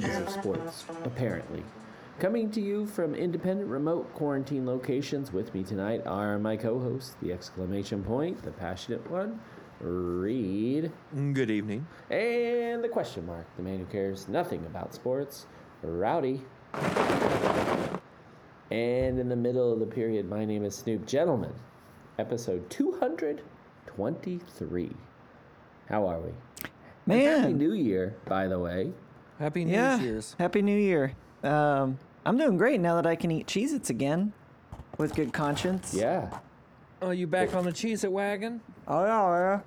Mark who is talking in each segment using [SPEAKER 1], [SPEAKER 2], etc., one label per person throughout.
[SPEAKER 1] Schwartz, apparently. Coming to you from independent remote quarantine locations with me tonight are my co hosts, the exclamation point, the passionate one, Reed,
[SPEAKER 2] Mm, Good evening.
[SPEAKER 1] and the question mark, the man who cares nothing about sports, Rowdy. And in the middle of the period, my name is Snoop. Gentlemen, episode 223. How are we? And Happy
[SPEAKER 3] Man,
[SPEAKER 1] New Year, by the way.
[SPEAKER 2] Happy New
[SPEAKER 3] yeah,
[SPEAKER 2] Year's.
[SPEAKER 3] Happy New Year. Um, I'm doing great now that I can eat Cheez-Its again with good conscience.
[SPEAKER 1] Yeah.
[SPEAKER 2] Oh, you back on the cheese at wagon?
[SPEAKER 3] Oh yeah.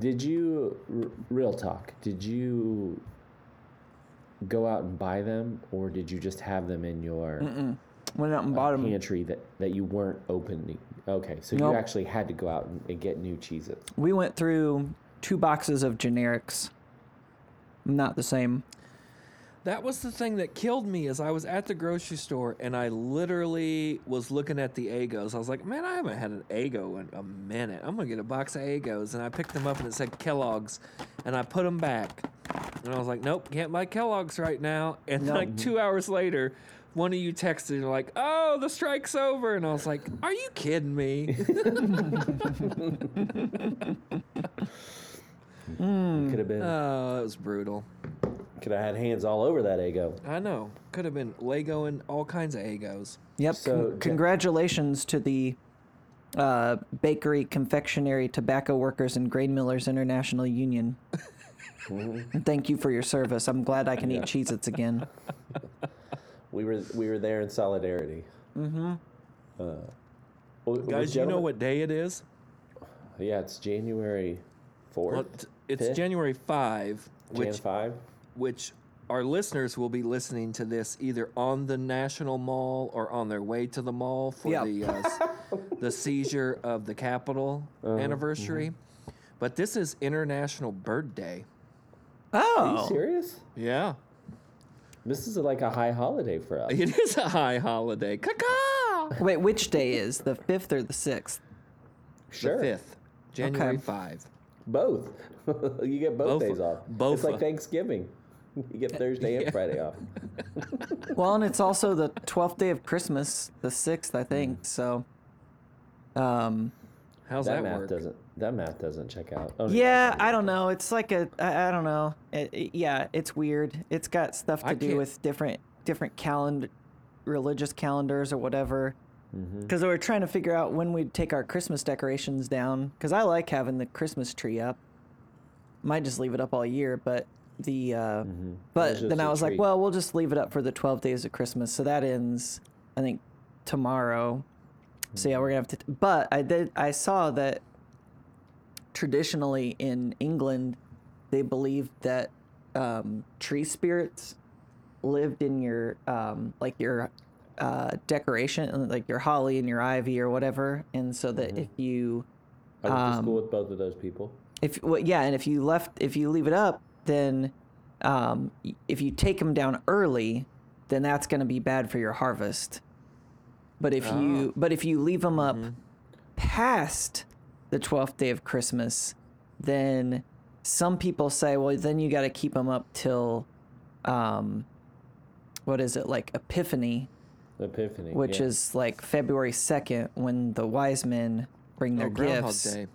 [SPEAKER 1] Did you, r- real talk, did you go out and buy them or did you just have them in your
[SPEAKER 3] yeah. Went out and bought 'em.
[SPEAKER 1] pantry that, that you weren't opening? Okay, so
[SPEAKER 3] Nope.
[SPEAKER 1] you actually had to go out and, and get new cheeses.
[SPEAKER 3] We went through two boxes of generics. Not the same.
[SPEAKER 2] That was the thing that killed me is I was at the grocery store and I literally was looking at the Agos. I was like, man, I haven't had an Ago in a minute. I'm gonna get a box of Agos. And I picked them up and it said Kellogg's and I put them back. And I was like, nope, can't buy Kellogg's right now. And like two hours later, one of you texted like, oh, the strike's over. And I was like, are you kidding me?
[SPEAKER 1] Could have been,
[SPEAKER 2] oh, it was brutal.
[SPEAKER 1] could have had hands all over that Eggo.
[SPEAKER 2] I know. Could have been Legoing all kinds of Egos.
[SPEAKER 3] Yep.
[SPEAKER 1] So,
[SPEAKER 3] con-
[SPEAKER 1] ja-
[SPEAKER 3] congratulations to the uh, Bakery, Confectionery, Tobacco Workers, and Grain Millers International Union. And Thank you for your service. I'm glad I can eat Cheez-Its again.
[SPEAKER 1] We were, we were there in solidarity. Mm-hmm. Uh, w- was
[SPEAKER 2] Guys, you know
[SPEAKER 1] gentlemen-
[SPEAKER 2] what day it is?
[SPEAKER 1] Yeah, it's January 4th,
[SPEAKER 2] Well, t- it's
[SPEAKER 1] Fifth?
[SPEAKER 2] January 5,
[SPEAKER 1] Jan
[SPEAKER 2] which
[SPEAKER 1] 5.
[SPEAKER 2] which our listeners will be listening to this either on the National Mall or on their way to the mall for
[SPEAKER 3] Yep.
[SPEAKER 2] the uh, s- the seizure of the Capitol
[SPEAKER 1] Uh-huh, mm-hmm.
[SPEAKER 2] anniversary. But this is International Bird Day.
[SPEAKER 1] Are you
[SPEAKER 3] Oh,
[SPEAKER 1] serious?
[SPEAKER 2] Yeah.
[SPEAKER 1] This is like a high holiday for us.
[SPEAKER 2] It is a high holiday. Caca!
[SPEAKER 3] wait, which day is the fifth or the sixth?
[SPEAKER 1] Sure.
[SPEAKER 2] The 5th, January 5.
[SPEAKER 1] Both. you get both,
[SPEAKER 2] Both-
[SPEAKER 1] days off.
[SPEAKER 2] both
[SPEAKER 1] It's like
[SPEAKER 2] of-
[SPEAKER 1] Thanksgiving. You get Thursday and Friday off.
[SPEAKER 3] Well, and it's also the 12th day of Christmas, the 6th, I think.
[SPEAKER 2] Mm.
[SPEAKER 3] So, um,
[SPEAKER 2] How's
[SPEAKER 1] That
[SPEAKER 2] that,
[SPEAKER 1] math
[SPEAKER 2] work?
[SPEAKER 1] doesn't. That math doesn't check out. Oh,
[SPEAKER 3] yeah, I don't know. It's like a, I, I don't know. It, it- yeah, it's weird. It's got stuff
[SPEAKER 2] I
[SPEAKER 3] to do
[SPEAKER 2] can't-
[SPEAKER 3] with different, different calendar, religious calendars or whatever.
[SPEAKER 1] Mm-hmm.
[SPEAKER 3] Because we were trying to figure out when we'd take our Christmas decorations down. Because I like having the Christmas tree up. Might just leave it up all year, but the, uh,
[SPEAKER 1] Mm-hmm. was
[SPEAKER 3] but
[SPEAKER 1] just
[SPEAKER 3] then I
[SPEAKER 1] a
[SPEAKER 3] was like,
[SPEAKER 1] tree.
[SPEAKER 3] well, we'll just leave it up for the 12 days of Christmas. So that ends, I think, tomorrow. So
[SPEAKER 1] Mm-hmm.
[SPEAKER 3] yeah, we're gonna have to. But I did. I saw that traditionally in England, they believed that um, tree spirits lived in your um, like your uh, decoration, like your holly and your ivy or whatever. And so that if you
[SPEAKER 1] I went
[SPEAKER 3] um,
[SPEAKER 1] to school with both of those people.
[SPEAKER 3] if well, yeah, and if you left, if you leave it up, then um, y- if you take them down early, then that's going to be bad for your harvest. But if
[SPEAKER 2] Oh.
[SPEAKER 3] you but if you leave them
[SPEAKER 2] Mm-hmm.
[SPEAKER 3] up past the twelfth day of Christmas, then some people say, well, then you got to keep them up till, um, what is it like Epiphany,
[SPEAKER 1] Epiphany.
[SPEAKER 3] which
[SPEAKER 1] yeah.
[SPEAKER 3] is like February second when the wise men bring their
[SPEAKER 2] Oh, Groundhog
[SPEAKER 3] gifts.
[SPEAKER 2] Day.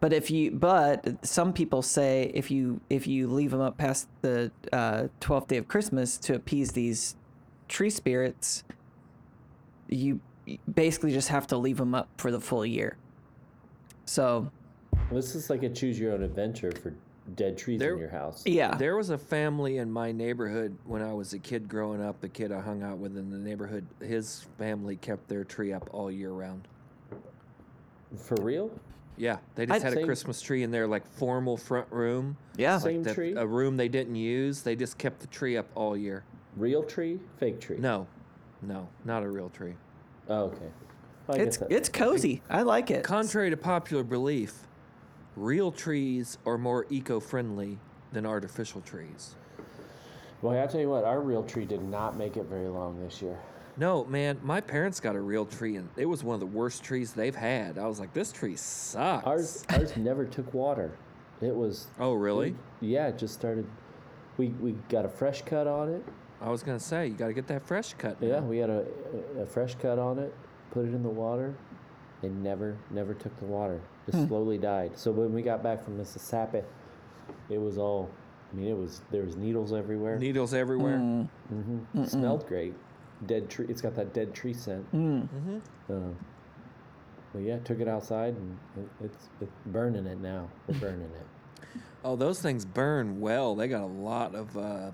[SPEAKER 3] But if you, but some people say if you if you leave them up past the uh, twelfth day of Christmas to appease these tree spirits, you basically just have to leave them up for the full year. So
[SPEAKER 1] This is like a choose your own adventure for dead trees
[SPEAKER 2] There-
[SPEAKER 1] in your house.
[SPEAKER 3] yeah,
[SPEAKER 2] There was a family in my neighborhood when I was a kid growing up. The kid I hung out with in the neighborhood, his family kept their tree up all year round.
[SPEAKER 1] For real?
[SPEAKER 2] Yeah, they just
[SPEAKER 3] I'd
[SPEAKER 2] had a
[SPEAKER 1] say-
[SPEAKER 2] Christmas tree in their like formal front room,
[SPEAKER 3] yeah,
[SPEAKER 1] Same
[SPEAKER 2] that-
[SPEAKER 1] tree?
[SPEAKER 2] a room they didn't use. They just kept the tree up all year.
[SPEAKER 1] Real tree? Fake tree?
[SPEAKER 2] No, no, not a real tree.
[SPEAKER 1] Oh, okay. Well, I guess
[SPEAKER 3] it's
[SPEAKER 1] that-
[SPEAKER 3] it's cozy. I like it.
[SPEAKER 2] Contrary to popular belief, real trees are more eco-friendly than artificial trees.
[SPEAKER 1] Well, I'll tell you what. Our real tree did not make it very long this year.
[SPEAKER 2] No, man, my parents got a real tree, and it was one of the worst trees they've had. I was like, this tree sucks.
[SPEAKER 1] Ours, ours never took water. It was Mm.
[SPEAKER 2] Oh, really?
[SPEAKER 1] Yeah, it just started. We we got a fresh cut on it.
[SPEAKER 2] I was gonna say you got to get that fresh cut.
[SPEAKER 1] Yeah,
[SPEAKER 2] now.
[SPEAKER 1] we had a, a fresh cut on it, put it in the water, and never, never took the water. Just slowly died. So when we got back from Mississippi, it was all, I mean, it was, there was needles everywhere.
[SPEAKER 2] needles everywhere.
[SPEAKER 1] Mm. It smelled great. Dead tree, it's got that dead tree scent. Mm-hmm. Uh, but yeah, took it outside and it, it's, it's burning it now. We're burning it.
[SPEAKER 2] Oh, those things burn well. They got a lot of uh, a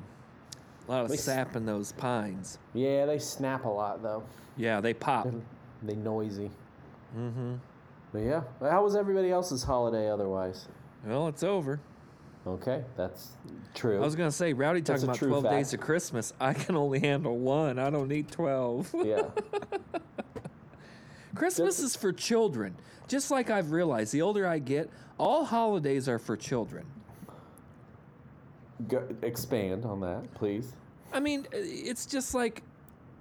[SPEAKER 2] lot of
[SPEAKER 1] They s-
[SPEAKER 2] sap in those pines.
[SPEAKER 1] Yeah, they snap a lot though.
[SPEAKER 2] Yeah, they pop.
[SPEAKER 1] They noisy. Mm-hmm. But yeah, Well, how was everybody else's holiday otherwise?
[SPEAKER 2] Well, it's over.
[SPEAKER 1] Okay, that's true.
[SPEAKER 2] I was gonna say, Rowdy
[SPEAKER 1] That's
[SPEAKER 2] talking
[SPEAKER 1] a
[SPEAKER 2] about
[SPEAKER 1] true
[SPEAKER 2] twelve days
[SPEAKER 1] fact.
[SPEAKER 2] of Christmas. I can only handle one. I don't need twelve.
[SPEAKER 1] yeah,
[SPEAKER 2] Christmas is for children. Just like I've realized, the older I get, all holidays are for children.
[SPEAKER 1] Go, expand on that, please.
[SPEAKER 2] I mean, i- it's just like,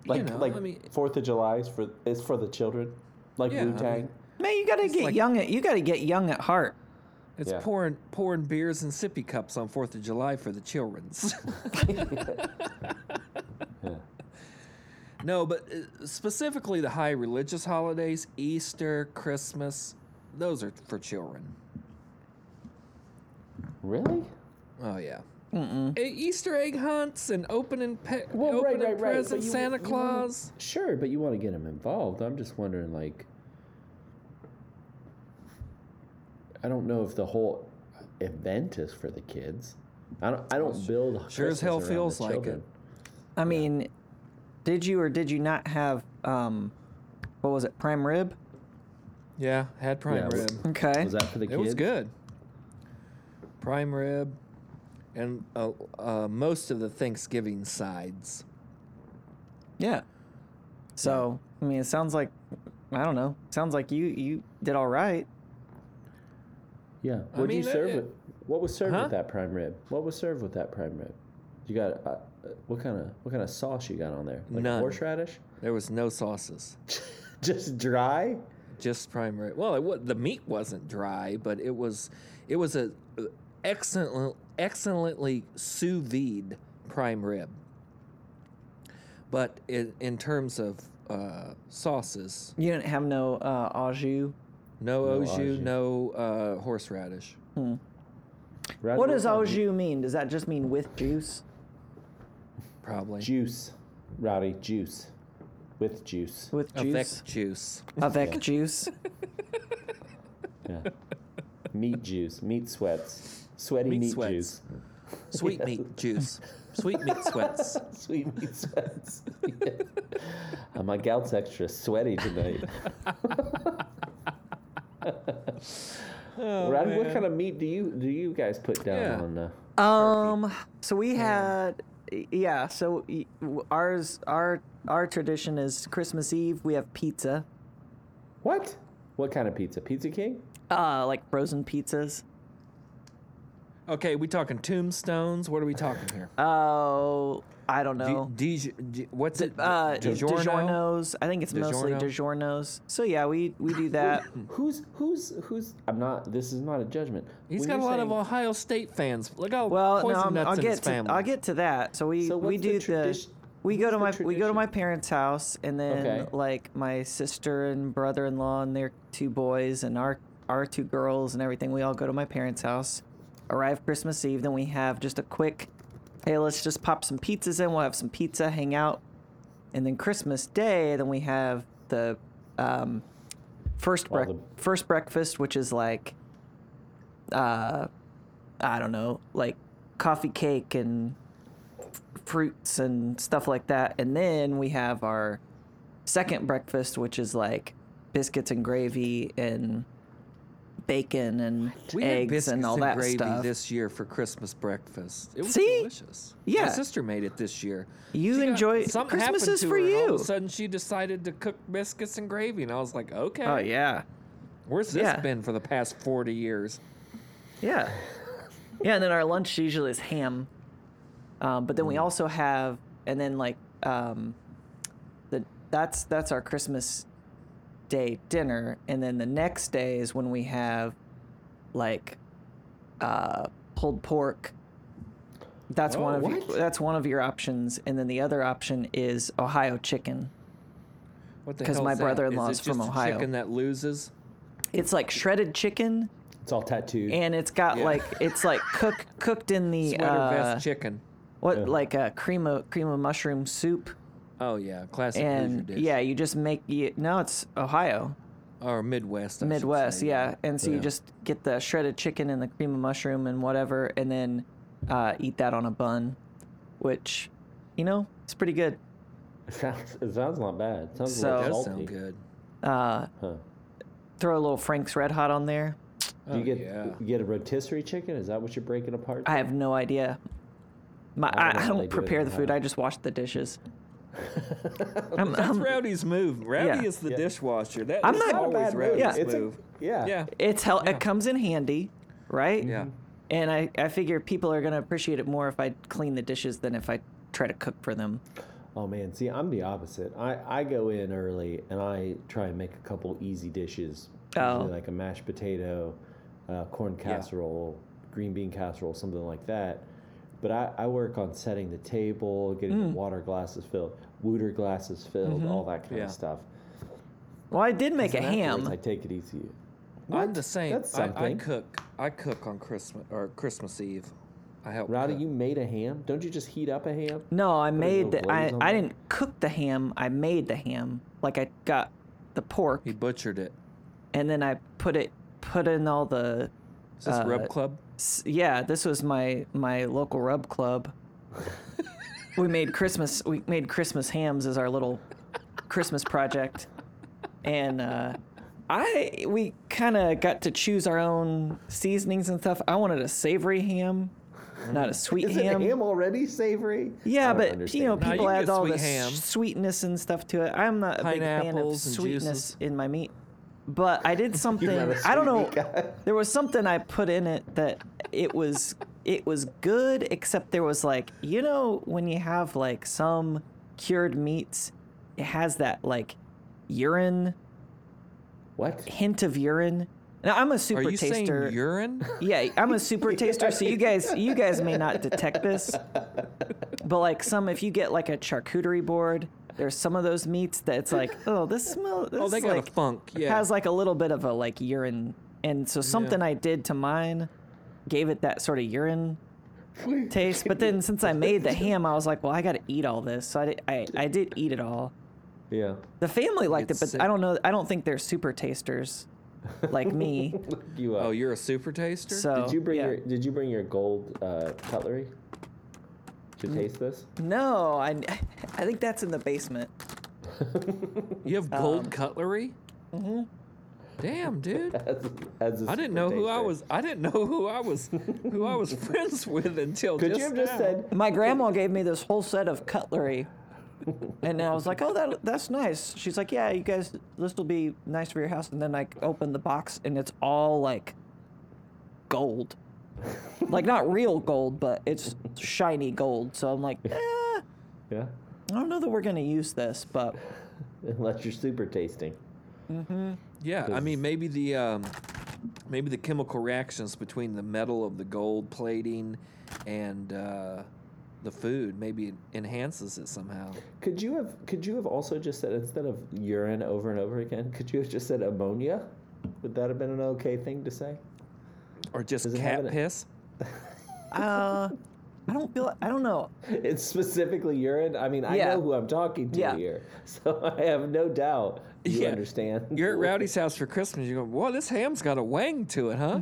[SPEAKER 1] Like,
[SPEAKER 2] you know,
[SPEAKER 1] like
[SPEAKER 2] I mean,
[SPEAKER 1] Fourth of July is for is for the children, like
[SPEAKER 2] Yeah, I
[SPEAKER 1] Wu Tang.
[SPEAKER 2] mean-
[SPEAKER 3] Man, you gotta get
[SPEAKER 2] like-
[SPEAKER 3] young. At, you gotta get young at heart.
[SPEAKER 2] it's
[SPEAKER 1] yeah.
[SPEAKER 2] pouring pouring beers and sippy cups on Fourth of July for the childrens. No, but uh, specifically the high religious holidays, Easter, Christmas, those are for children.
[SPEAKER 1] Really?
[SPEAKER 2] Oh yeah. E- Easter egg hunts and opening pe-
[SPEAKER 1] Well, right,
[SPEAKER 2] opening
[SPEAKER 1] right, right.
[SPEAKER 2] presents,
[SPEAKER 1] But you-
[SPEAKER 2] Santa
[SPEAKER 1] you wanna-
[SPEAKER 2] Claus.
[SPEAKER 1] Sure, but you want to get them involved. I'm just wondering, like, I don't know if the whole event is for the kids. I don't. I don't build.
[SPEAKER 2] sure as
[SPEAKER 1] Christmas
[SPEAKER 2] hell
[SPEAKER 1] around the
[SPEAKER 2] feels like it.
[SPEAKER 1] children.
[SPEAKER 3] I mean, did you or did you not have um, what was it? Prime rib.
[SPEAKER 2] Yeah, had prime
[SPEAKER 1] Yeah,
[SPEAKER 2] rib.
[SPEAKER 3] Okay.
[SPEAKER 1] Was that for the
[SPEAKER 2] It
[SPEAKER 1] kids?
[SPEAKER 2] was good. Prime rib, and uh, uh, most of the Thanksgiving sides.
[SPEAKER 3] Yeah. So I mean, it sounds like I don't know. Sounds like you you did all right.
[SPEAKER 1] Yeah. What you
[SPEAKER 2] mean,
[SPEAKER 1] serve
[SPEAKER 2] it-
[SPEAKER 1] with? What was served
[SPEAKER 2] Huh?
[SPEAKER 1] with that prime rib? What was served with that prime rib? You got uh, uh, what kind of what kind of sauce you got on there? Like
[SPEAKER 2] None.
[SPEAKER 1] horseradish?
[SPEAKER 2] There was no sauces,
[SPEAKER 1] Just dry?
[SPEAKER 2] just prime rib. Well, it wa- the meat wasn't dry, but it was it was a uh, excellent excellently sous vide prime rib. But in, in terms of uh, sauces,
[SPEAKER 3] You didn't have no uh, au jus.
[SPEAKER 2] no,
[SPEAKER 1] No
[SPEAKER 2] au
[SPEAKER 1] au
[SPEAKER 2] jus,
[SPEAKER 1] jus.
[SPEAKER 2] no uh, horseradish.
[SPEAKER 1] Right
[SPEAKER 3] What
[SPEAKER 1] away
[SPEAKER 3] does
[SPEAKER 1] from
[SPEAKER 3] au jus mean? Does that just mean with juice?
[SPEAKER 2] Probably
[SPEAKER 1] Juice, Rowdy juice, with juice.
[SPEAKER 3] With juice.
[SPEAKER 2] avec juice.
[SPEAKER 3] Avec juice.
[SPEAKER 1] Yeah. meat juice, meat sweats, sweaty
[SPEAKER 2] Meat
[SPEAKER 1] meat,
[SPEAKER 2] sweats.
[SPEAKER 1] juice,
[SPEAKER 2] Sweet meat juice. Sweet meat sweats.
[SPEAKER 1] sweet meat sweats. Uh, My gout's extra sweaty tonight. Rowdy, what kind of meat do you do you guys put down
[SPEAKER 2] Oh, Yeah.
[SPEAKER 1] on? Uh,
[SPEAKER 3] Um. So we had, yeah. So y- w- ours, our our tradition is Christmas Eve. We have pizza,
[SPEAKER 1] What? What kind of pizza? Pizza King?
[SPEAKER 3] uh, like frozen pizzas.
[SPEAKER 2] Okay, we talking tombstones? What are we talking here?
[SPEAKER 3] Oh, I don't
[SPEAKER 2] Di-
[SPEAKER 3] know.
[SPEAKER 2] Di- Di- what's it?
[SPEAKER 3] uh,
[SPEAKER 2] DiGiorno?
[SPEAKER 3] DiGiorno's. I think it's mostly
[SPEAKER 2] DiGiorno?
[SPEAKER 3] DiGiorno's. So yeah, we we do that.
[SPEAKER 1] Who's who's who's? I'm not. This is not a judgment.
[SPEAKER 2] He's
[SPEAKER 1] When
[SPEAKER 2] got a
[SPEAKER 1] you're
[SPEAKER 2] lot of
[SPEAKER 1] saying-
[SPEAKER 2] Ohio State fans. Look how
[SPEAKER 3] Well, no,
[SPEAKER 2] poison
[SPEAKER 3] I'm-
[SPEAKER 2] nuts
[SPEAKER 3] I'll
[SPEAKER 2] in his
[SPEAKER 3] get to,
[SPEAKER 2] family.
[SPEAKER 3] I'll get to that. So we
[SPEAKER 1] So
[SPEAKER 3] we
[SPEAKER 1] what's the
[SPEAKER 3] do the,
[SPEAKER 1] tradition-
[SPEAKER 3] we go
[SPEAKER 1] what's
[SPEAKER 3] to
[SPEAKER 1] the
[SPEAKER 3] my we go to
[SPEAKER 1] tradition?
[SPEAKER 3] my parents' house, and then
[SPEAKER 1] Okay.
[SPEAKER 3] like my sister and brother-in-law and their two boys and our our two girls and everything. We all go to my parents' house. Arrive Christmas Eve, then we have just a quick, hey, let's just pop some pizzas in. We'll have some pizza, hang out, and then Christmas Day, then we have the um, first
[SPEAKER 1] All
[SPEAKER 3] brec-
[SPEAKER 1] the-
[SPEAKER 3] first breakfast, which is like uh, I don't know, like coffee cake and f- fruits and stuff like that. And then we have our second breakfast, which is like biscuits and gravy and bacon and
[SPEAKER 2] we had
[SPEAKER 3] eggs
[SPEAKER 2] biscuits
[SPEAKER 3] and all that
[SPEAKER 2] gravy
[SPEAKER 3] stuff.
[SPEAKER 2] this year for Christmas breakfast. It was
[SPEAKER 3] See?
[SPEAKER 2] delicious.
[SPEAKER 3] Yeah.
[SPEAKER 2] my sister made it this year.
[SPEAKER 3] You
[SPEAKER 2] She got-
[SPEAKER 3] enjoy-
[SPEAKER 2] something
[SPEAKER 3] Christmas
[SPEAKER 2] happened
[SPEAKER 3] is
[SPEAKER 2] to
[SPEAKER 3] for
[SPEAKER 2] her, and All
[SPEAKER 3] you.
[SPEAKER 2] of a sudden, she decided to cook biscuits and gravy, and I was like, okay,
[SPEAKER 3] oh yeah,
[SPEAKER 2] where's this
[SPEAKER 3] yeah.
[SPEAKER 2] been for the past forty years?
[SPEAKER 3] yeah, yeah. And then our lunch usually is ham, um, but then
[SPEAKER 2] Mm.
[SPEAKER 3] we also have and then like um, the that's that's our Christmas day dinner, and then the next day is when we have like uh, pulled pork That's
[SPEAKER 2] Oh,
[SPEAKER 3] one of
[SPEAKER 2] what?
[SPEAKER 3] that's one of your options, and then the other option is Ohio chicken.
[SPEAKER 2] What the
[SPEAKER 3] 'Cause
[SPEAKER 2] hell
[SPEAKER 3] my
[SPEAKER 2] is that?
[SPEAKER 3] brother-in-law
[SPEAKER 2] Is
[SPEAKER 3] is
[SPEAKER 2] it
[SPEAKER 3] from
[SPEAKER 2] just a
[SPEAKER 3] Ohio.
[SPEAKER 2] Chicken that loses.
[SPEAKER 3] It's like shredded chicken,
[SPEAKER 1] It's all tattooed.
[SPEAKER 3] and it's got
[SPEAKER 2] Yeah.
[SPEAKER 3] like it's like cook cooked in the
[SPEAKER 2] Sweater
[SPEAKER 3] uh,
[SPEAKER 2] vest chicken.
[SPEAKER 3] what like a cream of cream of mushroom soup,
[SPEAKER 2] Oh yeah, classic Hoosier
[SPEAKER 3] and
[SPEAKER 2] dish.
[SPEAKER 3] yeah, you just make you, no, it's Ohio
[SPEAKER 2] or Midwest. I should
[SPEAKER 3] Midwest,
[SPEAKER 2] say,
[SPEAKER 3] yeah, and so you
[SPEAKER 1] Yeah.
[SPEAKER 3] just get the shredded chicken and the cream of mushroom and whatever, and then uh, eat that on a bun, which you know it's pretty good.
[SPEAKER 1] it, sounds, it sounds not bad. It sounds
[SPEAKER 3] So-
[SPEAKER 1] a
[SPEAKER 2] It
[SPEAKER 1] little
[SPEAKER 2] does
[SPEAKER 1] salty.
[SPEAKER 2] sound good.
[SPEAKER 3] Uh,
[SPEAKER 1] Huh.
[SPEAKER 3] throw a little Frank's Red Hot on there.
[SPEAKER 1] Do you
[SPEAKER 2] Oh,
[SPEAKER 1] get
[SPEAKER 2] yeah.
[SPEAKER 1] you get a rotisserie chicken? Is that what you're breaking apart?
[SPEAKER 3] I have no idea. My,
[SPEAKER 1] I don't know
[SPEAKER 3] I, I
[SPEAKER 1] how they
[SPEAKER 3] don't
[SPEAKER 1] do it in
[SPEAKER 3] prepare the food.
[SPEAKER 1] Ohio.
[SPEAKER 3] I just wash the dishes. I'm,
[SPEAKER 2] That's
[SPEAKER 3] I'm-
[SPEAKER 2] Rowdy's move. Rowdy
[SPEAKER 3] Um, yeah.
[SPEAKER 2] is the dishwasher. That
[SPEAKER 3] I'm
[SPEAKER 2] is
[SPEAKER 3] not-
[SPEAKER 1] Not a
[SPEAKER 2] always
[SPEAKER 1] bad move.
[SPEAKER 2] Rowdy's
[SPEAKER 3] Yeah.
[SPEAKER 1] It's a-
[SPEAKER 2] move.
[SPEAKER 1] yeah.
[SPEAKER 2] yeah.
[SPEAKER 3] it's hell. It comes in handy, right?
[SPEAKER 2] Yeah.
[SPEAKER 3] And I, I figure people are gonna appreciate it more if I clean the dishes than if I try to cook for them.
[SPEAKER 1] Oh man, see, I'm the opposite. I, I go in early and I try and make a couple easy dishes.
[SPEAKER 3] Oh.
[SPEAKER 1] Usually like a mashed potato, uh, corn casserole, green bean casserole, something like that. But I, I work on setting the table, getting
[SPEAKER 3] Mm.
[SPEAKER 1] the water glasses filled, water glasses filled,
[SPEAKER 3] Mm-hmm.
[SPEAKER 1] all that kind
[SPEAKER 2] Yeah.
[SPEAKER 1] of stuff.
[SPEAKER 3] Well, I did make a
[SPEAKER 1] And afterwards,
[SPEAKER 3] ham.
[SPEAKER 1] I take it easy.
[SPEAKER 2] I'm
[SPEAKER 1] What?
[SPEAKER 2] the same.
[SPEAKER 1] That's
[SPEAKER 2] I, I
[SPEAKER 1] something.
[SPEAKER 2] cook. I cook on Christmas or Christmas Eve. I help.
[SPEAKER 1] Rowdy,
[SPEAKER 2] cook.
[SPEAKER 1] you made a ham? Don't you just heat up a ham?
[SPEAKER 3] No, I made
[SPEAKER 1] little
[SPEAKER 3] the. I,
[SPEAKER 1] glaze on
[SPEAKER 3] I
[SPEAKER 1] there.
[SPEAKER 3] didn't cook the ham. I made the ham. Like I got the pork
[SPEAKER 2] He butchered it.
[SPEAKER 3] and then I put it put in all the.
[SPEAKER 2] Is this
[SPEAKER 3] Uh,
[SPEAKER 2] Rub Club?
[SPEAKER 3] s- Yeah, this was my my local rub club. we made Christmas we made Christmas hams as our little Christmas project, and uh, I we kind of got to choose our own seasonings and stuff. I wanted a savory ham, not a sweet
[SPEAKER 1] Isn't ham already savory? I
[SPEAKER 3] yeah,
[SPEAKER 1] don't
[SPEAKER 3] but
[SPEAKER 1] understand.
[SPEAKER 3] you know,
[SPEAKER 2] No, you
[SPEAKER 3] people
[SPEAKER 2] can
[SPEAKER 3] add
[SPEAKER 2] get
[SPEAKER 3] all
[SPEAKER 2] sweet
[SPEAKER 3] this
[SPEAKER 2] ham.
[SPEAKER 3] sweetness and stuff to it. I'm not a big fan of
[SPEAKER 2] Pineapples and
[SPEAKER 3] sweetness
[SPEAKER 2] juices.
[SPEAKER 3] in my meat, but I did something.
[SPEAKER 1] not a
[SPEAKER 3] I don't know.
[SPEAKER 1] sweet meat guy.
[SPEAKER 3] There was something I put in it that it was it was good, except there was like you know when you have like some cured meats, it has that like urine
[SPEAKER 1] what?
[SPEAKER 3] hint of urine. Now I'm a super
[SPEAKER 2] Are you
[SPEAKER 3] taster.
[SPEAKER 2] saying urine?
[SPEAKER 3] Yeah, I'm a super taster, so you guys you guys may not detect this. But like some if you get like a charcuterie board, there's some of those meats that it's like, oh, this smell this
[SPEAKER 2] Oh, they got
[SPEAKER 3] like,
[SPEAKER 2] a funk. Yeah.
[SPEAKER 3] has like a little bit of a like urine and so something I did to mine gave it that sort of urine taste. But then since I made the ham, I was like, well, I got to eat all this. So I did, I, I did eat it all.
[SPEAKER 1] Yeah.
[SPEAKER 3] The family liked it,
[SPEAKER 2] It's
[SPEAKER 3] but
[SPEAKER 2] sick.
[SPEAKER 3] I don't know I don't think they're super tasters like me.
[SPEAKER 1] You up.
[SPEAKER 2] oh, you're a super taster.
[SPEAKER 3] So
[SPEAKER 1] Did you bring
[SPEAKER 3] Oh, yeah.
[SPEAKER 1] your Did you bring your gold uh, cutlery
[SPEAKER 3] Mm.
[SPEAKER 1] to taste this?
[SPEAKER 3] No, I, I think that's in the basement.
[SPEAKER 2] you have gold
[SPEAKER 3] um,
[SPEAKER 2] cutlery. Mm-hmm. Damn, dude.
[SPEAKER 1] As, as a
[SPEAKER 2] I
[SPEAKER 1] super
[SPEAKER 2] didn't know who I
[SPEAKER 1] taster?
[SPEAKER 2] was. I didn't know who I was. Who I was friends with until
[SPEAKER 1] Could
[SPEAKER 2] just
[SPEAKER 1] you have just
[SPEAKER 2] now.
[SPEAKER 1] said?
[SPEAKER 3] My grandma gave me this whole set of cutlery. And I was like, oh, that, that's nice. She's like, yeah, you guys, this will be nice for your house. And then I open the box and it's all like gold. Like, not real gold, but it's shiny gold. So I'm like, eh, I
[SPEAKER 1] Yeah.
[SPEAKER 3] don't know that we're going to use this, but
[SPEAKER 1] Unless you're super tasting.
[SPEAKER 2] Yeah, I mean maybe the um, maybe the chemical reactions between the metal of the gold plating and uh, the food maybe it enhances it somehow.
[SPEAKER 1] Could you have Could you have also just said instead of urine over and over again? Could you have just said ammonia? Would that have been an okay thing to say?
[SPEAKER 2] Or just
[SPEAKER 1] Does it have
[SPEAKER 2] cat
[SPEAKER 1] an-
[SPEAKER 2] piss.
[SPEAKER 3] uh, I don't feel, I don't know.
[SPEAKER 1] It's specifically urine. I mean, I
[SPEAKER 3] Yeah.
[SPEAKER 1] know who I'm talking to
[SPEAKER 3] Yeah.
[SPEAKER 1] here, so I have no doubt you
[SPEAKER 2] Yeah.
[SPEAKER 1] understand.
[SPEAKER 2] You're at Rowdy's house for Christmas. You go, whoa, this ham's got a wang to it, huh?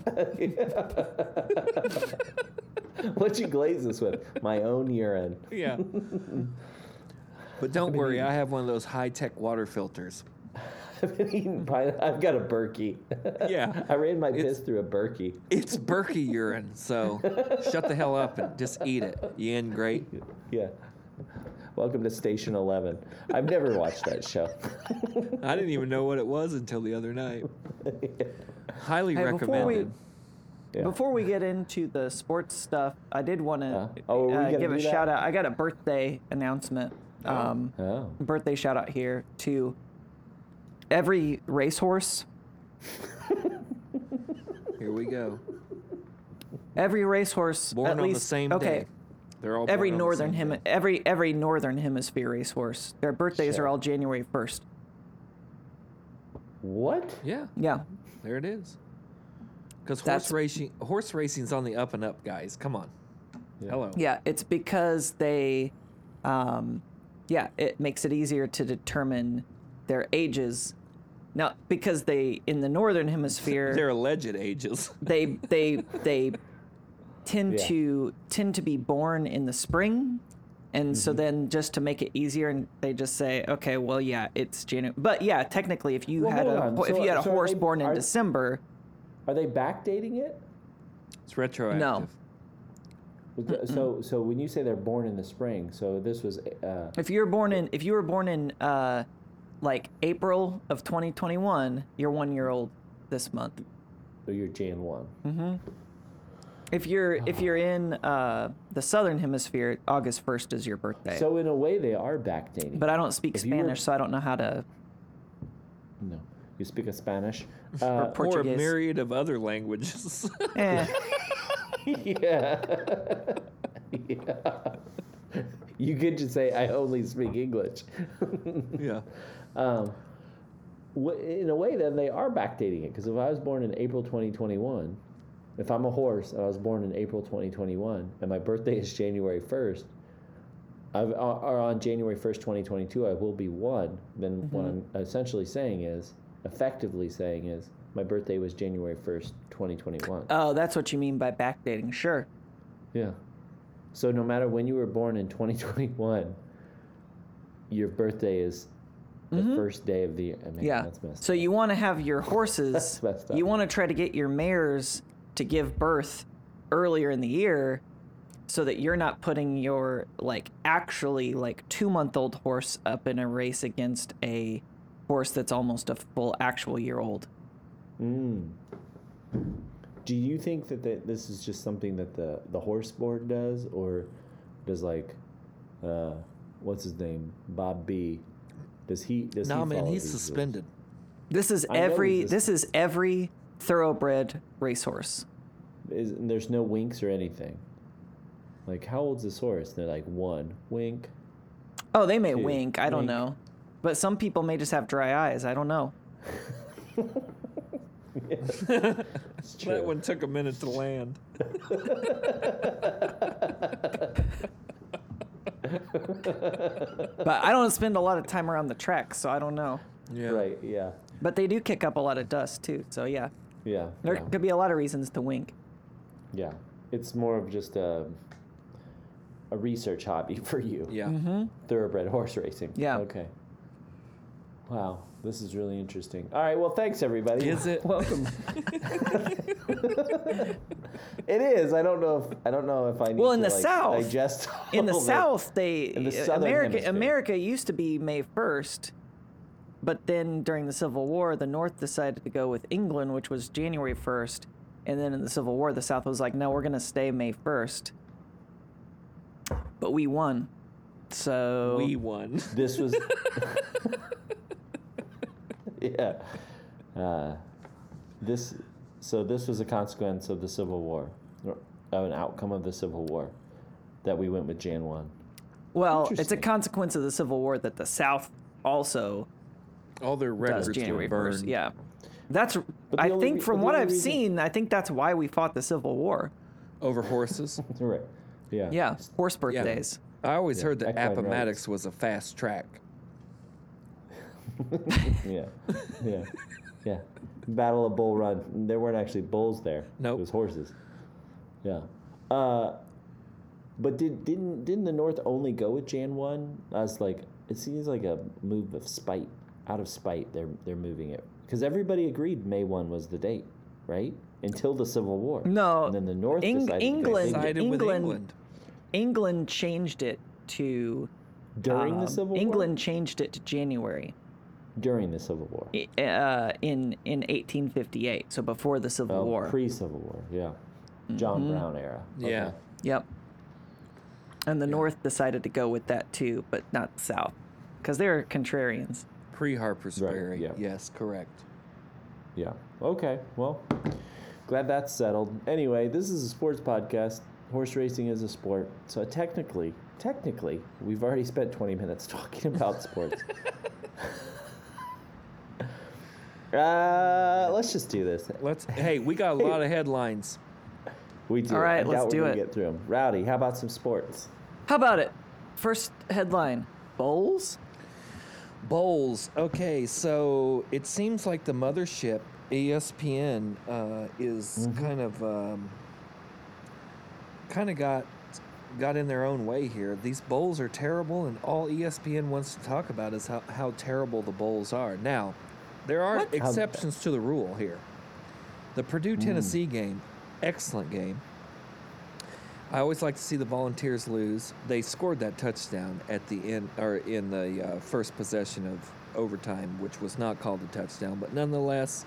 [SPEAKER 1] what you glaze this with? My own urine.
[SPEAKER 2] yeah. But don't worry, I have one of those high tech water filters.
[SPEAKER 1] I've been eating pine- I've got a Berkey.
[SPEAKER 2] Yeah.
[SPEAKER 1] I ran my piss through a Berkey.
[SPEAKER 2] It's Berkey urine, so shut the hell up and just eat it. You in great?
[SPEAKER 1] Yeah. Welcome to Station 11. I've never watched that show.
[SPEAKER 2] I didn't even know what it was until the other night. Highly
[SPEAKER 3] Hey, before we-
[SPEAKER 2] recommended.
[SPEAKER 1] Yeah.
[SPEAKER 3] Before we get into the sports stuff, I did want to
[SPEAKER 1] Huh? Oh, are we
[SPEAKER 3] uh,
[SPEAKER 1] gonna
[SPEAKER 3] give a
[SPEAKER 1] do that?
[SPEAKER 3] shout out. I got a birthday announcement. Um,
[SPEAKER 1] Oh.
[SPEAKER 3] Birthday shout out here to every racehorse,
[SPEAKER 2] Here we go.
[SPEAKER 3] every racehorse
[SPEAKER 2] Born
[SPEAKER 3] at
[SPEAKER 2] on the
[SPEAKER 3] least
[SPEAKER 2] same
[SPEAKER 3] okay,
[SPEAKER 2] day. They're all
[SPEAKER 3] every
[SPEAKER 2] born on the
[SPEAKER 3] northern
[SPEAKER 2] same
[SPEAKER 3] hemi-
[SPEAKER 2] day.
[SPEAKER 3] every every northern hemisphere racehorse. Their birthdays
[SPEAKER 1] Sure.
[SPEAKER 3] are all January first.
[SPEAKER 1] What?
[SPEAKER 2] Yeah,
[SPEAKER 3] Yeah,
[SPEAKER 2] there it is. Because horse
[SPEAKER 3] That's-
[SPEAKER 2] racing, horse racing's on the up and up, guys. Come on. Hello.
[SPEAKER 3] yeah. It's because they, um, yeah, it makes it easier to determine their ages. Now, because they in the northern hemisphere,
[SPEAKER 2] They're alleged ages.
[SPEAKER 3] they they they tend
[SPEAKER 1] Yeah.
[SPEAKER 3] to tend to be born in the spring. And so
[SPEAKER 1] Mm-hmm.
[SPEAKER 3] then, just to make it easier, and they just say, okay, well, yeah, it's January. But yeah, technically, if you
[SPEAKER 1] Well,
[SPEAKER 3] had
[SPEAKER 1] hold
[SPEAKER 3] a
[SPEAKER 1] on.
[SPEAKER 3] ho- if
[SPEAKER 1] So-
[SPEAKER 3] you had a
[SPEAKER 1] so are
[SPEAKER 3] horse
[SPEAKER 1] they-
[SPEAKER 3] born in
[SPEAKER 1] are-
[SPEAKER 3] December,
[SPEAKER 1] Are they backdating it?
[SPEAKER 2] It's retroactive.
[SPEAKER 1] Was the- So, so when you say they're born in the spring, so this was, uh,
[SPEAKER 3] If you're born in, if you were born in, uh, like April of 2021, you're one year old this month.
[SPEAKER 1] so you're Jan one.
[SPEAKER 3] Mm-hmm. If you're if you're
[SPEAKER 1] Oh.
[SPEAKER 3] in uh, the southern hemisphere, August 1st is your birthday.
[SPEAKER 1] So in a way, they are backdating.
[SPEAKER 3] but I don't speak
[SPEAKER 1] you were-
[SPEAKER 3] Spanish, so I don't know how to.
[SPEAKER 1] no, you speak of Spanish. Uh,
[SPEAKER 3] Or
[SPEAKER 2] Or a
[SPEAKER 3] Portuguese.
[SPEAKER 2] myriad of other languages.
[SPEAKER 3] Eh,
[SPEAKER 1] yeah. yeah. You could just say I only speak English.
[SPEAKER 2] yeah.
[SPEAKER 1] um, wh- in a way, then they are backdating it because if I was born in April 2021, if I'm a horse and I was born in April 2021 and my birthday is January 1st, I've, or- or on January 1st, 2022, I will be one. Then what I'm
[SPEAKER 3] Mm-hmm.
[SPEAKER 1] essentially saying is, effectively saying is, my birthday was January 1st, 2021.
[SPEAKER 3] oh, that's what you mean by backdating. Sure.
[SPEAKER 1] Yeah. So no matter when you were born in 2021, your birthday is the first day of the year. I mean,
[SPEAKER 3] Mm-hmm. Yeah.
[SPEAKER 1] That's messed
[SPEAKER 3] So
[SPEAKER 1] up.
[SPEAKER 3] you want to have your horses.
[SPEAKER 1] That's messed up.
[SPEAKER 3] you want to try to get your mares to give birth earlier in the year, so that you're not putting your like actually like two month old horse up in a race against a horse that's almost a full actual year old.
[SPEAKER 1] Mm. Do you think that the, this is just something that the, the horse board does, or does like, uh, what's his name, Bob B? Does he? Does
[SPEAKER 2] Nah,
[SPEAKER 1] he
[SPEAKER 2] man,
[SPEAKER 1] follow
[SPEAKER 2] he's
[SPEAKER 1] these rules?
[SPEAKER 2] suspended.
[SPEAKER 3] This is
[SPEAKER 1] I know
[SPEAKER 3] every
[SPEAKER 1] this-
[SPEAKER 3] this is every thoroughbred racehorse.
[SPEAKER 1] Is, and there's no winks or anything. Like, how old's this horse? And they're like one wink.
[SPEAKER 3] Oh, they may
[SPEAKER 1] Dude,
[SPEAKER 3] wink. I don't
[SPEAKER 1] wink.
[SPEAKER 3] know, but some people may just have dry eyes. I don't know.
[SPEAKER 1] It's
[SPEAKER 2] That one took a minute to land.
[SPEAKER 3] But I don't spend a lot of time around the track, so I don't know.
[SPEAKER 2] Yeah.
[SPEAKER 1] Right. Yeah.
[SPEAKER 3] But they do kick up a lot of dust too. So yeah,
[SPEAKER 1] Yeah.
[SPEAKER 3] there
[SPEAKER 1] yeah.
[SPEAKER 3] could be a lot of reasons to wink.
[SPEAKER 1] Yeah, it's more of just a a research hobby for you.
[SPEAKER 2] Yeah.
[SPEAKER 3] Mm-hmm.
[SPEAKER 1] Thoroughbred horse racing.
[SPEAKER 3] Yeah.
[SPEAKER 1] Okay. Wow, this is really interesting. All right, well, thanks everybody.
[SPEAKER 2] Is it?
[SPEAKER 1] Welcome. it is. I don't know if I don't know if I need
[SPEAKER 3] Well, in
[SPEAKER 1] to
[SPEAKER 3] the
[SPEAKER 1] like,
[SPEAKER 3] South-
[SPEAKER 1] digest
[SPEAKER 3] In the
[SPEAKER 1] all of it.
[SPEAKER 3] South, they uh,
[SPEAKER 1] the southern
[SPEAKER 3] America
[SPEAKER 1] hemisphere.
[SPEAKER 3] America used to be May first, but then during the Civil War, the North decided to go with England, which was January first, and then in the Civil War, the South was like, no, we're gonna stay May first. But we won, so
[SPEAKER 2] We won.
[SPEAKER 1] This was Yeah. Uh, this so this was a consequence of the Civil War. or- Of an outcome of the Civil War that we went with Jan 1.
[SPEAKER 3] well, it's a
[SPEAKER 1] Interesting.
[SPEAKER 3] consequence of the Civil War that the South also
[SPEAKER 2] All their records
[SPEAKER 3] does January
[SPEAKER 2] were burned.
[SPEAKER 3] first. Yeah, that's.
[SPEAKER 1] the
[SPEAKER 3] I
[SPEAKER 1] only
[SPEAKER 3] think
[SPEAKER 1] re-
[SPEAKER 3] from
[SPEAKER 1] but the
[SPEAKER 3] what
[SPEAKER 1] only
[SPEAKER 3] I've
[SPEAKER 1] reason-
[SPEAKER 3] seen, I think that's why we fought the Civil War.
[SPEAKER 2] Over horses.
[SPEAKER 1] Right. Yeah.
[SPEAKER 3] Yeah, horse
[SPEAKER 2] Yeah.
[SPEAKER 3] birthdays.
[SPEAKER 2] I always heard that
[SPEAKER 1] equine
[SPEAKER 2] Appomattox
[SPEAKER 1] rights.
[SPEAKER 2] was a fast track.
[SPEAKER 1] Yeah. Yeah. Yeah. Battle of Bull Run. There weren't actually bulls there.
[SPEAKER 2] Nope.
[SPEAKER 1] It was horses. Yeah. Uh, but did didn't didn't the North only go with Jan one? As like it seems like a move of spite. Out of spite, they're they're moving it because everybody agreed May one was the date, right? Until the Civil War.
[SPEAKER 3] No,
[SPEAKER 1] And then the North
[SPEAKER 3] Eng-
[SPEAKER 1] decided to go
[SPEAKER 3] England-
[SPEAKER 1] with it
[SPEAKER 2] Sided with
[SPEAKER 3] England-
[SPEAKER 2] England.
[SPEAKER 3] England changed it to
[SPEAKER 1] during
[SPEAKER 3] um,
[SPEAKER 1] the Civil
[SPEAKER 3] England
[SPEAKER 1] War.
[SPEAKER 3] changed it to January
[SPEAKER 1] During the Civil War.
[SPEAKER 3] i- uh, in in 1858, so before the Civil
[SPEAKER 1] Oh,
[SPEAKER 3] War. Mm-hmm.
[SPEAKER 1] pre Civil War. Yeah. John Brown era.
[SPEAKER 2] Yeah.
[SPEAKER 1] Okay.
[SPEAKER 3] yep. And the North decided to go with that too, but not the South, because they're contrarians.
[SPEAKER 2] Pre Harper's
[SPEAKER 1] Right,
[SPEAKER 2] Ferry.
[SPEAKER 1] yeah.
[SPEAKER 2] Yes, correct.
[SPEAKER 1] Yeah. Okay. Well, glad that's settled. Anyway, this is a sports podcast. horse racing is a sport. So technically, technically, we've already spent 20 minutes talking about sports. uh, let's just do this.
[SPEAKER 2] Let's. Hey, we got a lot of headlines.
[SPEAKER 1] We do.
[SPEAKER 3] All right,
[SPEAKER 1] I doubt
[SPEAKER 3] let's
[SPEAKER 1] we're
[SPEAKER 3] do
[SPEAKER 1] gonna
[SPEAKER 3] it.
[SPEAKER 1] Get through 'em. Rowdy, how about some sports?
[SPEAKER 3] How about it? First headline: Bowls.
[SPEAKER 2] Bowls. Okay, so it seems like the mothership, E ESPN, uh, is kind of um, kind of got got in their own way here. These bowls are terrible, and all E ESPN wants to talk about is how, how terrible the bowls are. Now, there are
[SPEAKER 1] How-
[SPEAKER 2] exceptions to the rule here. The Purdue Tennessee game, excellent game. I always like to see the Volunteers lose. They scored that touchdown at the end or in the uh, first possession of overtime, which was not called a touchdown, but nonetheless,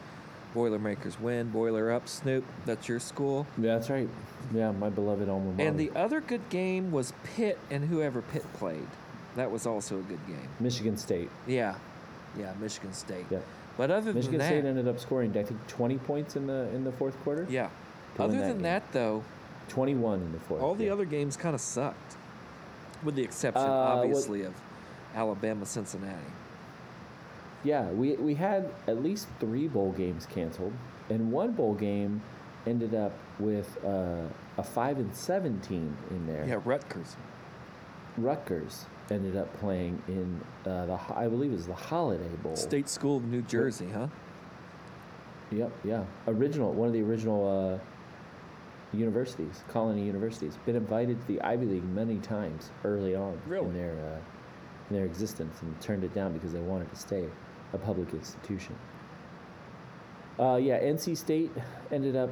[SPEAKER 2] Boilermakers win. Boiler up, Snoop. That's your school.
[SPEAKER 1] Yeah, that's right. Yeah, my beloved alma mater.
[SPEAKER 2] And the other good game was Pitt and whoever Pitt played. That was also a good game.
[SPEAKER 1] Michigan State.
[SPEAKER 2] Yeah, yeah, Michigan State.
[SPEAKER 1] Yeah.
[SPEAKER 2] But other
[SPEAKER 1] Michigan
[SPEAKER 2] than that,
[SPEAKER 1] State ended up scoring, I think, 20 points in the in the fourth quarter.
[SPEAKER 2] yeah.
[SPEAKER 1] to win
[SPEAKER 2] Other
[SPEAKER 1] that
[SPEAKER 2] than
[SPEAKER 1] game.
[SPEAKER 2] that, though,
[SPEAKER 1] 21 in the fourth.
[SPEAKER 2] all the
[SPEAKER 1] yeah.
[SPEAKER 2] other games kind of sucked, with the exception,
[SPEAKER 1] Uh, what-
[SPEAKER 2] obviously, of Alabama Cincinnati.
[SPEAKER 1] Yeah, we, we had at least three bowl games canceled, and one bowl game ended up with uh, a five and seven team in there.
[SPEAKER 2] Yeah, Rutgers.
[SPEAKER 1] Rutgers ended up playing in uh, the ho- I believe it was the Holiday Bowl.
[SPEAKER 2] State School of New Jersey, huh?
[SPEAKER 1] Yep. Yeah. Original one of the original uh, universities, colony universities, been invited to the Ivy League many times early on
[SPEAKER 2] Really?
[SPEAKER 1] in their uh, in their existence and turned it down because they wanted to stay a public institution. Uh, yeah, NC State ended up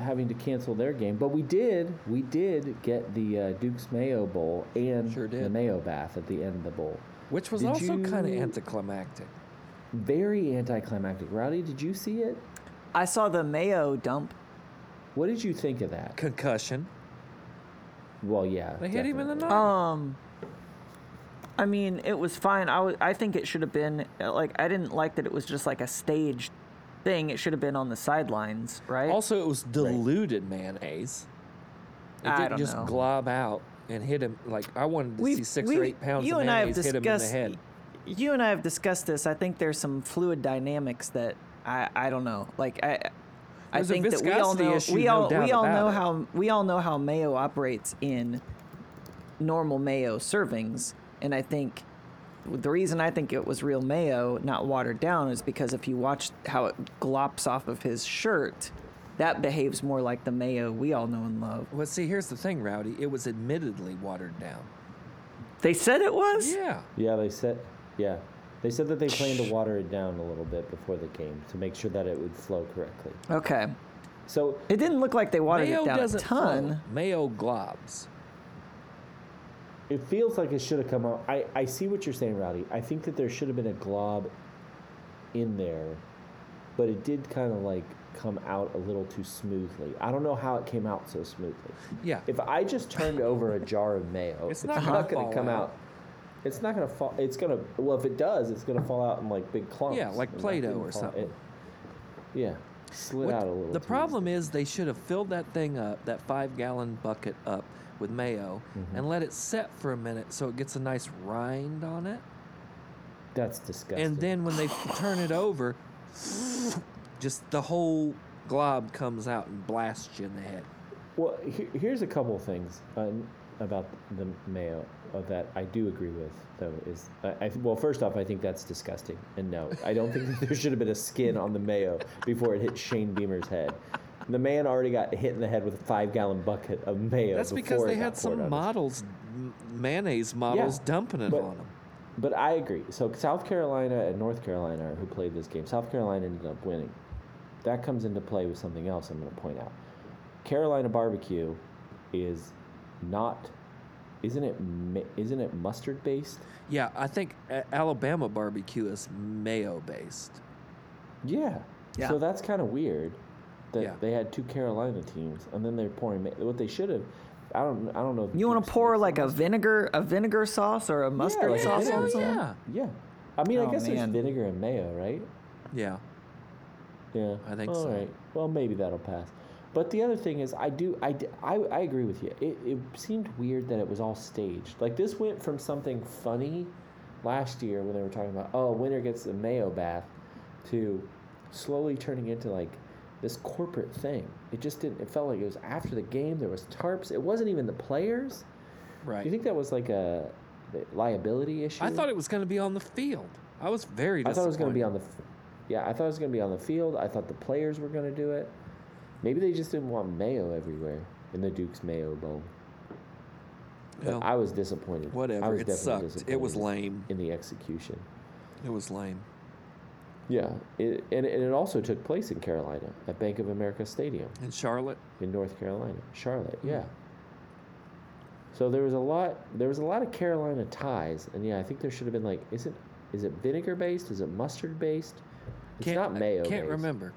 [SPEAKER 1] having to cancel their game, but we did we did get the uh, Duke's Mayo Bowl and
[SPEAKER 2] Sure
[SPEAKER 1] the
[SPEAKER 2] did.
[SPEAKER 1] Mayo Bath at the end of the bowl.
[SPEAKER 2] Which was
[SPEAKER 1] Did
[SPEAKER 2] also kind of
[SPEAKER 1] you-
[SPEAKER 2] anticlimactic.
[SPEAKER 1] Very anticlimactic. Rowdy, did you see it?
[SPEAKER 3] I saw the Mayo dump.
[SPEAKER 1] What did you think of that?
[SPEAKER 2] Concussion.
[SPEAKER 1] Well, yeah.
[SPEAKER 2] They hit him in the
[SPEAKER 1] definitely.
[SPEAKER 2] nuts.
[SPEAKER 3] Um, I mean, it was fine. I wa- I think it should have been uh, like I didn't like that it was just like a staged thing. It should have been on the sidelines, right?
[SPEAKER 2] Also, it was diluted mayonnaise. It
[SPEAKER 3] I
[SPEAKER 2] didn't
[SPEAKER 3] don't
[SPEAKER 2] just
[SPEAKER 3] know.
[SPEAKER 2] glob out and hit him. Like I wanted to
[SPEAKER 3] We've-
[SPEAKER 2] see six
[SPEAKER 3] we've-
[SPEAKER 2] or eight pounds
[SPEAKER 3] you
[SPEAKER 2] of
[SPEAKER 3] and I have
[SPEAKER 2] mayonnaise hit him in the
[SPEAKER 3] discussed.
[SPEAKER 2] head.
[SPEAKER 3] You and I have discussed this. I think there's some fluid dynamics that I I don't know. Like I. I
[SPEAKER 2] There's a
[SPEAKER 3] think that we all
[SPEAKER 2] viscosity
[SPEAKER 3] know
[SPEAKER 2] issue,
[SPEAKER 3] we
[SPEAKER 2] no
[SPEAKER 3] all
[SPEAKER 2] doubt
[SPEAKER 3] we all
[SPEAKER 2] about
[SPEAKER 3] know
[SPEAKER 2] it.
[SPEAKER 3] how we all know how mayo operates in normal mayo servings, and I think the reason I think it was real mayo, not watered down, is because if you watch how it glops off of his shirt, that behaves more like the mayo we all know and love.
[SPEAKER 2] Well, see, here's the thing, Rowdy. It was admittedly watered down.
[SPEAKER 3] They said it was.
[SPEAKER 2] Yeah.
[SPEAKER 1] Yeah, they said. Yeah, they said that they planned to water it down a little bit before the game to make sure that it would flow correctly.
[SPEAKER 3] Okay.
[SPEAKER 1] So
[SPEAKER 3] It didn't look like they watered
[SPEAKER 2] Mayo
[SPEAKER 3] it down a
[SPEAKER 2] doesn't
[SPEAKER 3] ton.
[SPEAKER 2] float. Mayo globs.
[SPEAKER 1] it feels like it should have come out. I I see what you're saying, Rowdy. I think that there should have been a glob in there, but it did kind of like come out a little too smoothly. I don't know how it came out so smoothly.
[SPEAKER 2] Yeah.
[SPEAKER 1] If I just turned over a jar of mayo,
[SPEAKER 2] It's
[SPEAKER 1] it's
[SPEAKER 2] not
[SPEAKER 1] not,
[SPEAKER 2] gonna
[SPEAKER 1] going
[SPEAKER 2] fall
[SPEAKER 1] to come
[SPEAKER 2] out.
[SPEAKER 1] out. It's not going to fall. It's going to. Well, if it does, it's going to fall out in like big clumps.
[SPEAKER 2] Yeah, like
[SPEAKER 1] And that
[SPEAKER 2] Play-Doh
[SPEAKER 1] didn't
[SPEAKER 2] or
[SPEAKER 1] fall-
[SPEAKER 2] something.
[SPEAKER 1] it- yeah, slid
[SPEAKER 2] What-
[SPEAKER 1] out a little.
[SPEAKER 2] the
[SPEAKER 1] too
[SPEAKER 2] problem is they should have filled that thing up, that five gallon bucket up with mayo,
[SPEAKER 1] Mm-hmm.
[SPEAKER 2] and let it set for a minute so it gets a nice rind on it.
[SPEAKER 1] easy. That's disgusting.
[SPEAKER 2] And then when they turn it over, just the whole glob comes out and blasts you in the head.
[SPEAKER 1] Well, he- here's a couple things um, about the mayo uh, that I do agree with, though. Is I, I, well, first off, I think that's disgusting, and no, I don't think that there should have been a skin on the mayo before it hit Shane Beamer's head. The man already got hit in the head with a five-gallon bucket of mayo.
[SPEAKER 2] That's because
[SPEAKER 1] before
[SPEAKER 2] they
[SPEAKER 1] it
[SPEAKER 2] had
[SPEAKER 1] got poured on
[SPEAKER 2] some
[SPEAKER 1] his-
[SPEAKER 2] models, m- mayonnaise models,
[SPEAKER 1] Yeah,
[SPEAKER 2] dumping it
[SPEAKER 1] but-
[SPEAKER 2] on them.
[SPEAKER 1] But I agree. So South Carolina and North Carolina are who played this game. South Carolina ended up winning. That comes into play with something else I'm going to point out. Carolina barbecue is not, isn't it? mi- Isn't it mustard based?
[SPEAKER 2] Yeah, I think uh, Alabama barbecue is mayo based.
[SPEAKER 1] Yeah.
[SPEAKER 3] Yeah.
[SPEAKER 1] So that's kind of weird that
[SPEAKER 2] Yeah.
[SPEAKER 1] they had two Carolina teams and then they're pouring. ma- What they should have, I don't, I don't know. if
[SPEAKER 3] You want
[SPEAKER 1] Duke's
[SPEAKER 3] to pour
[SPEAKER 1] mixed
[SPEAKER 3] like a vinegar, a vinegar sauce or a mustard
[SPEAKER 1] like a
[SPEAKER 3] sauce
[SPEAKER 1] vinegar
[SPEAKER 3] or
[SPEAKER 1] sauce.
[SPEAKER 3] something?
[SPEAKER 2] Oh, yeah.
[SPEAKER 1] Yeah. I mean,
[SPEAKER 3] Oh,
[SPEAKER 1] I guess
[SPEAKER 3] man.
[SPEAKER 1] there's vinegar and mayo, right?
[SPEAKER 2] Yeah.
[SPEAKER 1] Yeah.
[SPEAKER 2] I think
[SPEAKER 1] All
[SPEAKER 2] so.
[SPEAKER 1] right. Well, maybe that'll pass. But the other thing is, I do, I, d- I, I agree with you. It, it seemed weird that it was all staged. Like this went from something funny last year when they were talking about, oh, winter gets the mayo bath, to slowly turning into like this corporate thing. It just didn't. It felt like it was after the game. There was tarps. It wasn't even the players. Do you
[SPEAKER 2] Right.
[SPEAKER 1] think that was like a liability issue?
[SPEAKER 2] I thought it was going to be on the field. I was very
[SPEAKER 1] I
[SPEAKER 2] disappointed.
[SPEAKER 1] thought it was going to be on the. f- Yeah, I thought it was going to be on the field. I thought the players were going to do it. Maybe they just didn't want mayo everywhere in the Duke's Mayo Bowl. But
[SPEAKER 2] Well,
[SPEAKER 1] I was disappointed. I
[SPEAKER 2] whatever.
[SPEAKER 1] was
[SPEAKER 2] It
[SPEAKER 1] definitely
[SPEAKER 2] sucked. It was
[SPEAKER 1] disappointed
[SPEAKER 2] lame.
[SPEAKER 1] in the execution.
[SPEAKER 2] It was lame.
[SPEAKER 1] Yeah, it, and, and it also took place in Carolina at Bank of America Stadium
[SPEAKER 2] And Charlotte,
[SPEAKER 1] in North Carolina, Charlotte.
[SPEAKER 2] Hmm.
[SPEAKER 1] Yeah. So there was a lot. There was a lot of Carolina ties, and yeah, I think there should have been like, is it is it vinegar based? Is it mustard based? It's
[SPEAKER 2] can't,
[SPEAKER 1] not mayo.
[SPEAKER 2] Can't
[SPEAKER 1] based.
[SPEAKER 2] remember.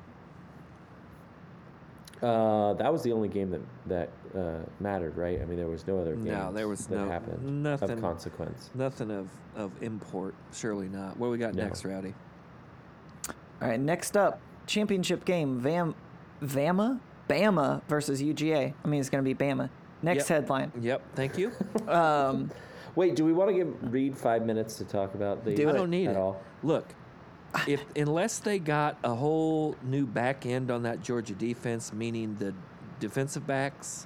[SPEAKER 1] Uh, that was the only game that that uh, mattered, right? I mean, there was no other game.
[SPEAKER 2] No, there was
[SPEAKER 1] that
[SPEAKER 2] no-
[SPEAKER 1] happened
[SPEAKER 2] nothing.
[SPEAKER 1] of consequence.
[SPEAKER 2] Nothing of, of import. Surely not. What do we got
[SPEAKER 1] No.
[SPEAKER 2] next, Rowdy?
[SPEAKER 3] All right, next up, championship game, Vam, Vama, Bama versus UGA. I mean, it's going to be Bama. Next
[SPEAKER 2] Yep.
[SPEAKER 3] headline.
[SPEAKER 2] Yep. Thank you.
[SPEAKER 3] Um,
[SPEAKER 1] Wait, do we want to give Reed five minutes to talk about the?
[SPEAKER 3] Do
[SPEAKER 2] I
[SPEAKER 3] it.
[SPEAKER 2] don't need
[SPEAKER 1] at
[SPEAKER 2] it.
[SPEAKER 1] all.
[SPEAKER 2] Look, if unless they got a whole new back end on that Georgia defense, meaning the defensive backs,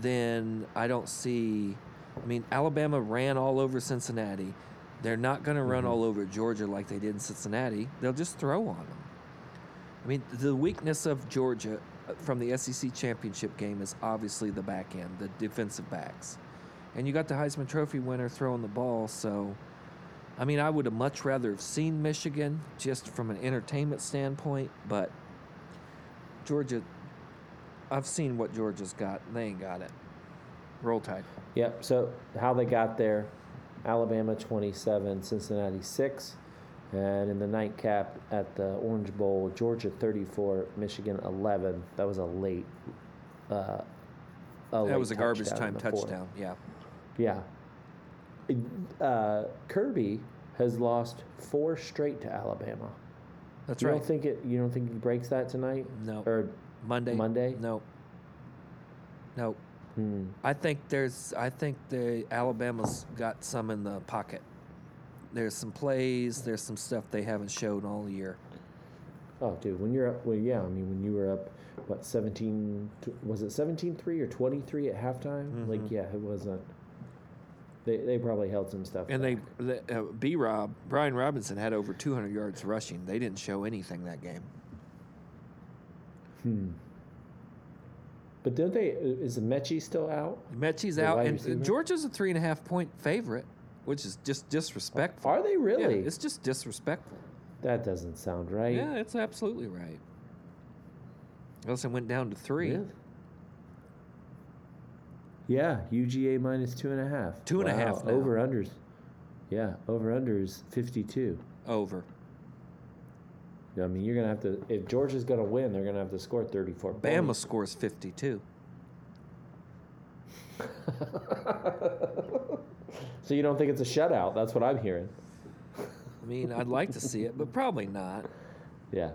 [SPEAKER 2] then I don't see. I mean, Alabama ran all over Cincinnati. They're not going to run all over Georgia like they did in Cincinnati. They'll just throw on them. I mean, the weakness of Georgia uh, from the SEC championship game is obviously the back end, the defensive backs. And you got the Heisman Trophy winner throwing the ball, so. I mean, I would have much rather have seen Michigan just from an entertainment standpoint, but Georgia, I've seen what Georgia's got. and They ain't got it. Roll Tide.
[SPEAKER 1] Yep. So how they got there? Alabama twenty-seven, Cincinnati six, and in the nightcap at the Orange Bowl, Georgia thirty-four, Michigan eleven. That was a late. Uh, a
[SPEAKER 2] That
[SPEAKER 1] late
[SPEAKER 2] was a garbage
[SPEAKER 1] touchdown in
[SPEAKER 2] time
[SPEAKER 1] the fourth.
[SPEAKER 2] touchdown. Yeah.
[SPEAKER 1] Yeah. Uh, Kirby has lost four straight to Alabama.
[SPEAKER 2] That's
[SPEAKER 1] you
[SPEAKER 2] right.
[SPEAKER 1] don't think it? You don't think he breaks that tonight?
[SPEAKER 2] No.
[SPEAKER 1] Or
[SPEAKER 2] Monday.
[SPEAKER 1] Monday?
[SPEAKER 2] No. No.
[SPEAKER 1] hmm,
[SPEAKER 2] I think there's. I think the Alabama's got some in the pocket. There's some plays. There's some stuff they haven't showed all year.
[SPEAKER 1] oh, dude, when you're up, well, yeah. I mean, when you were up, what seventeen? tw- Was it 17-3 or twenty three at halftime?
[SPEAKER 2] Mm-hmm.
[SPEAKER 1] Like, yeah, it wasn't. They they probably held some stuff.
[SPEAKER 2] And
[SPEAKER 1] back.
[SPEAKER 2] they, they uh, B. Rob Brian Robinson had over 200 yards rushing. They didn't show anything that game.
[SPEAKER 1] But don't they? Is Mechie still out?
[SPEAKER 2] Mechie's
[SPEAKER 1] The
[SPEAKER 2] out,
[SPEAKER 1] wide
[SPEAKER 2] and
[SPEAKER 1] receiver?
[SPEAKER 2] Georgia's a three and a half point favorite, which is just disrespectful.
[SPEAKER 1] Are they
[SPEAKER 2] Yeah,
[SPEAKER 1] Oh, really?
[SPEAKER 2] it's just disrespectful.
[SPEAKER 1] that doesn't sound right.
[SPEAKER 2] Yeah, it's absolutely right. Wilson went down to three,
[SPEAKER 1] Really? Yeah, UGA minus two and a half.
[SPEAKER 2] Two and a half now.
[SPEAKER 1] Over unders. Yeah, over unders fifty two.
[SPEAKER 2] over.
[SPEAKER 1] I mean, you're gonna have to. If Georgia's gonna win, they're gonna have to score thirty four.
[SPEAKER 2] Bama scores fifty-two.
[SPEAKER 1] So you don't think it's a shutout? That's what I'm hearing.
[SPEAKER 2] I mean, I'd like to see it, but probably not.
[SPEAKER 1] Yeah.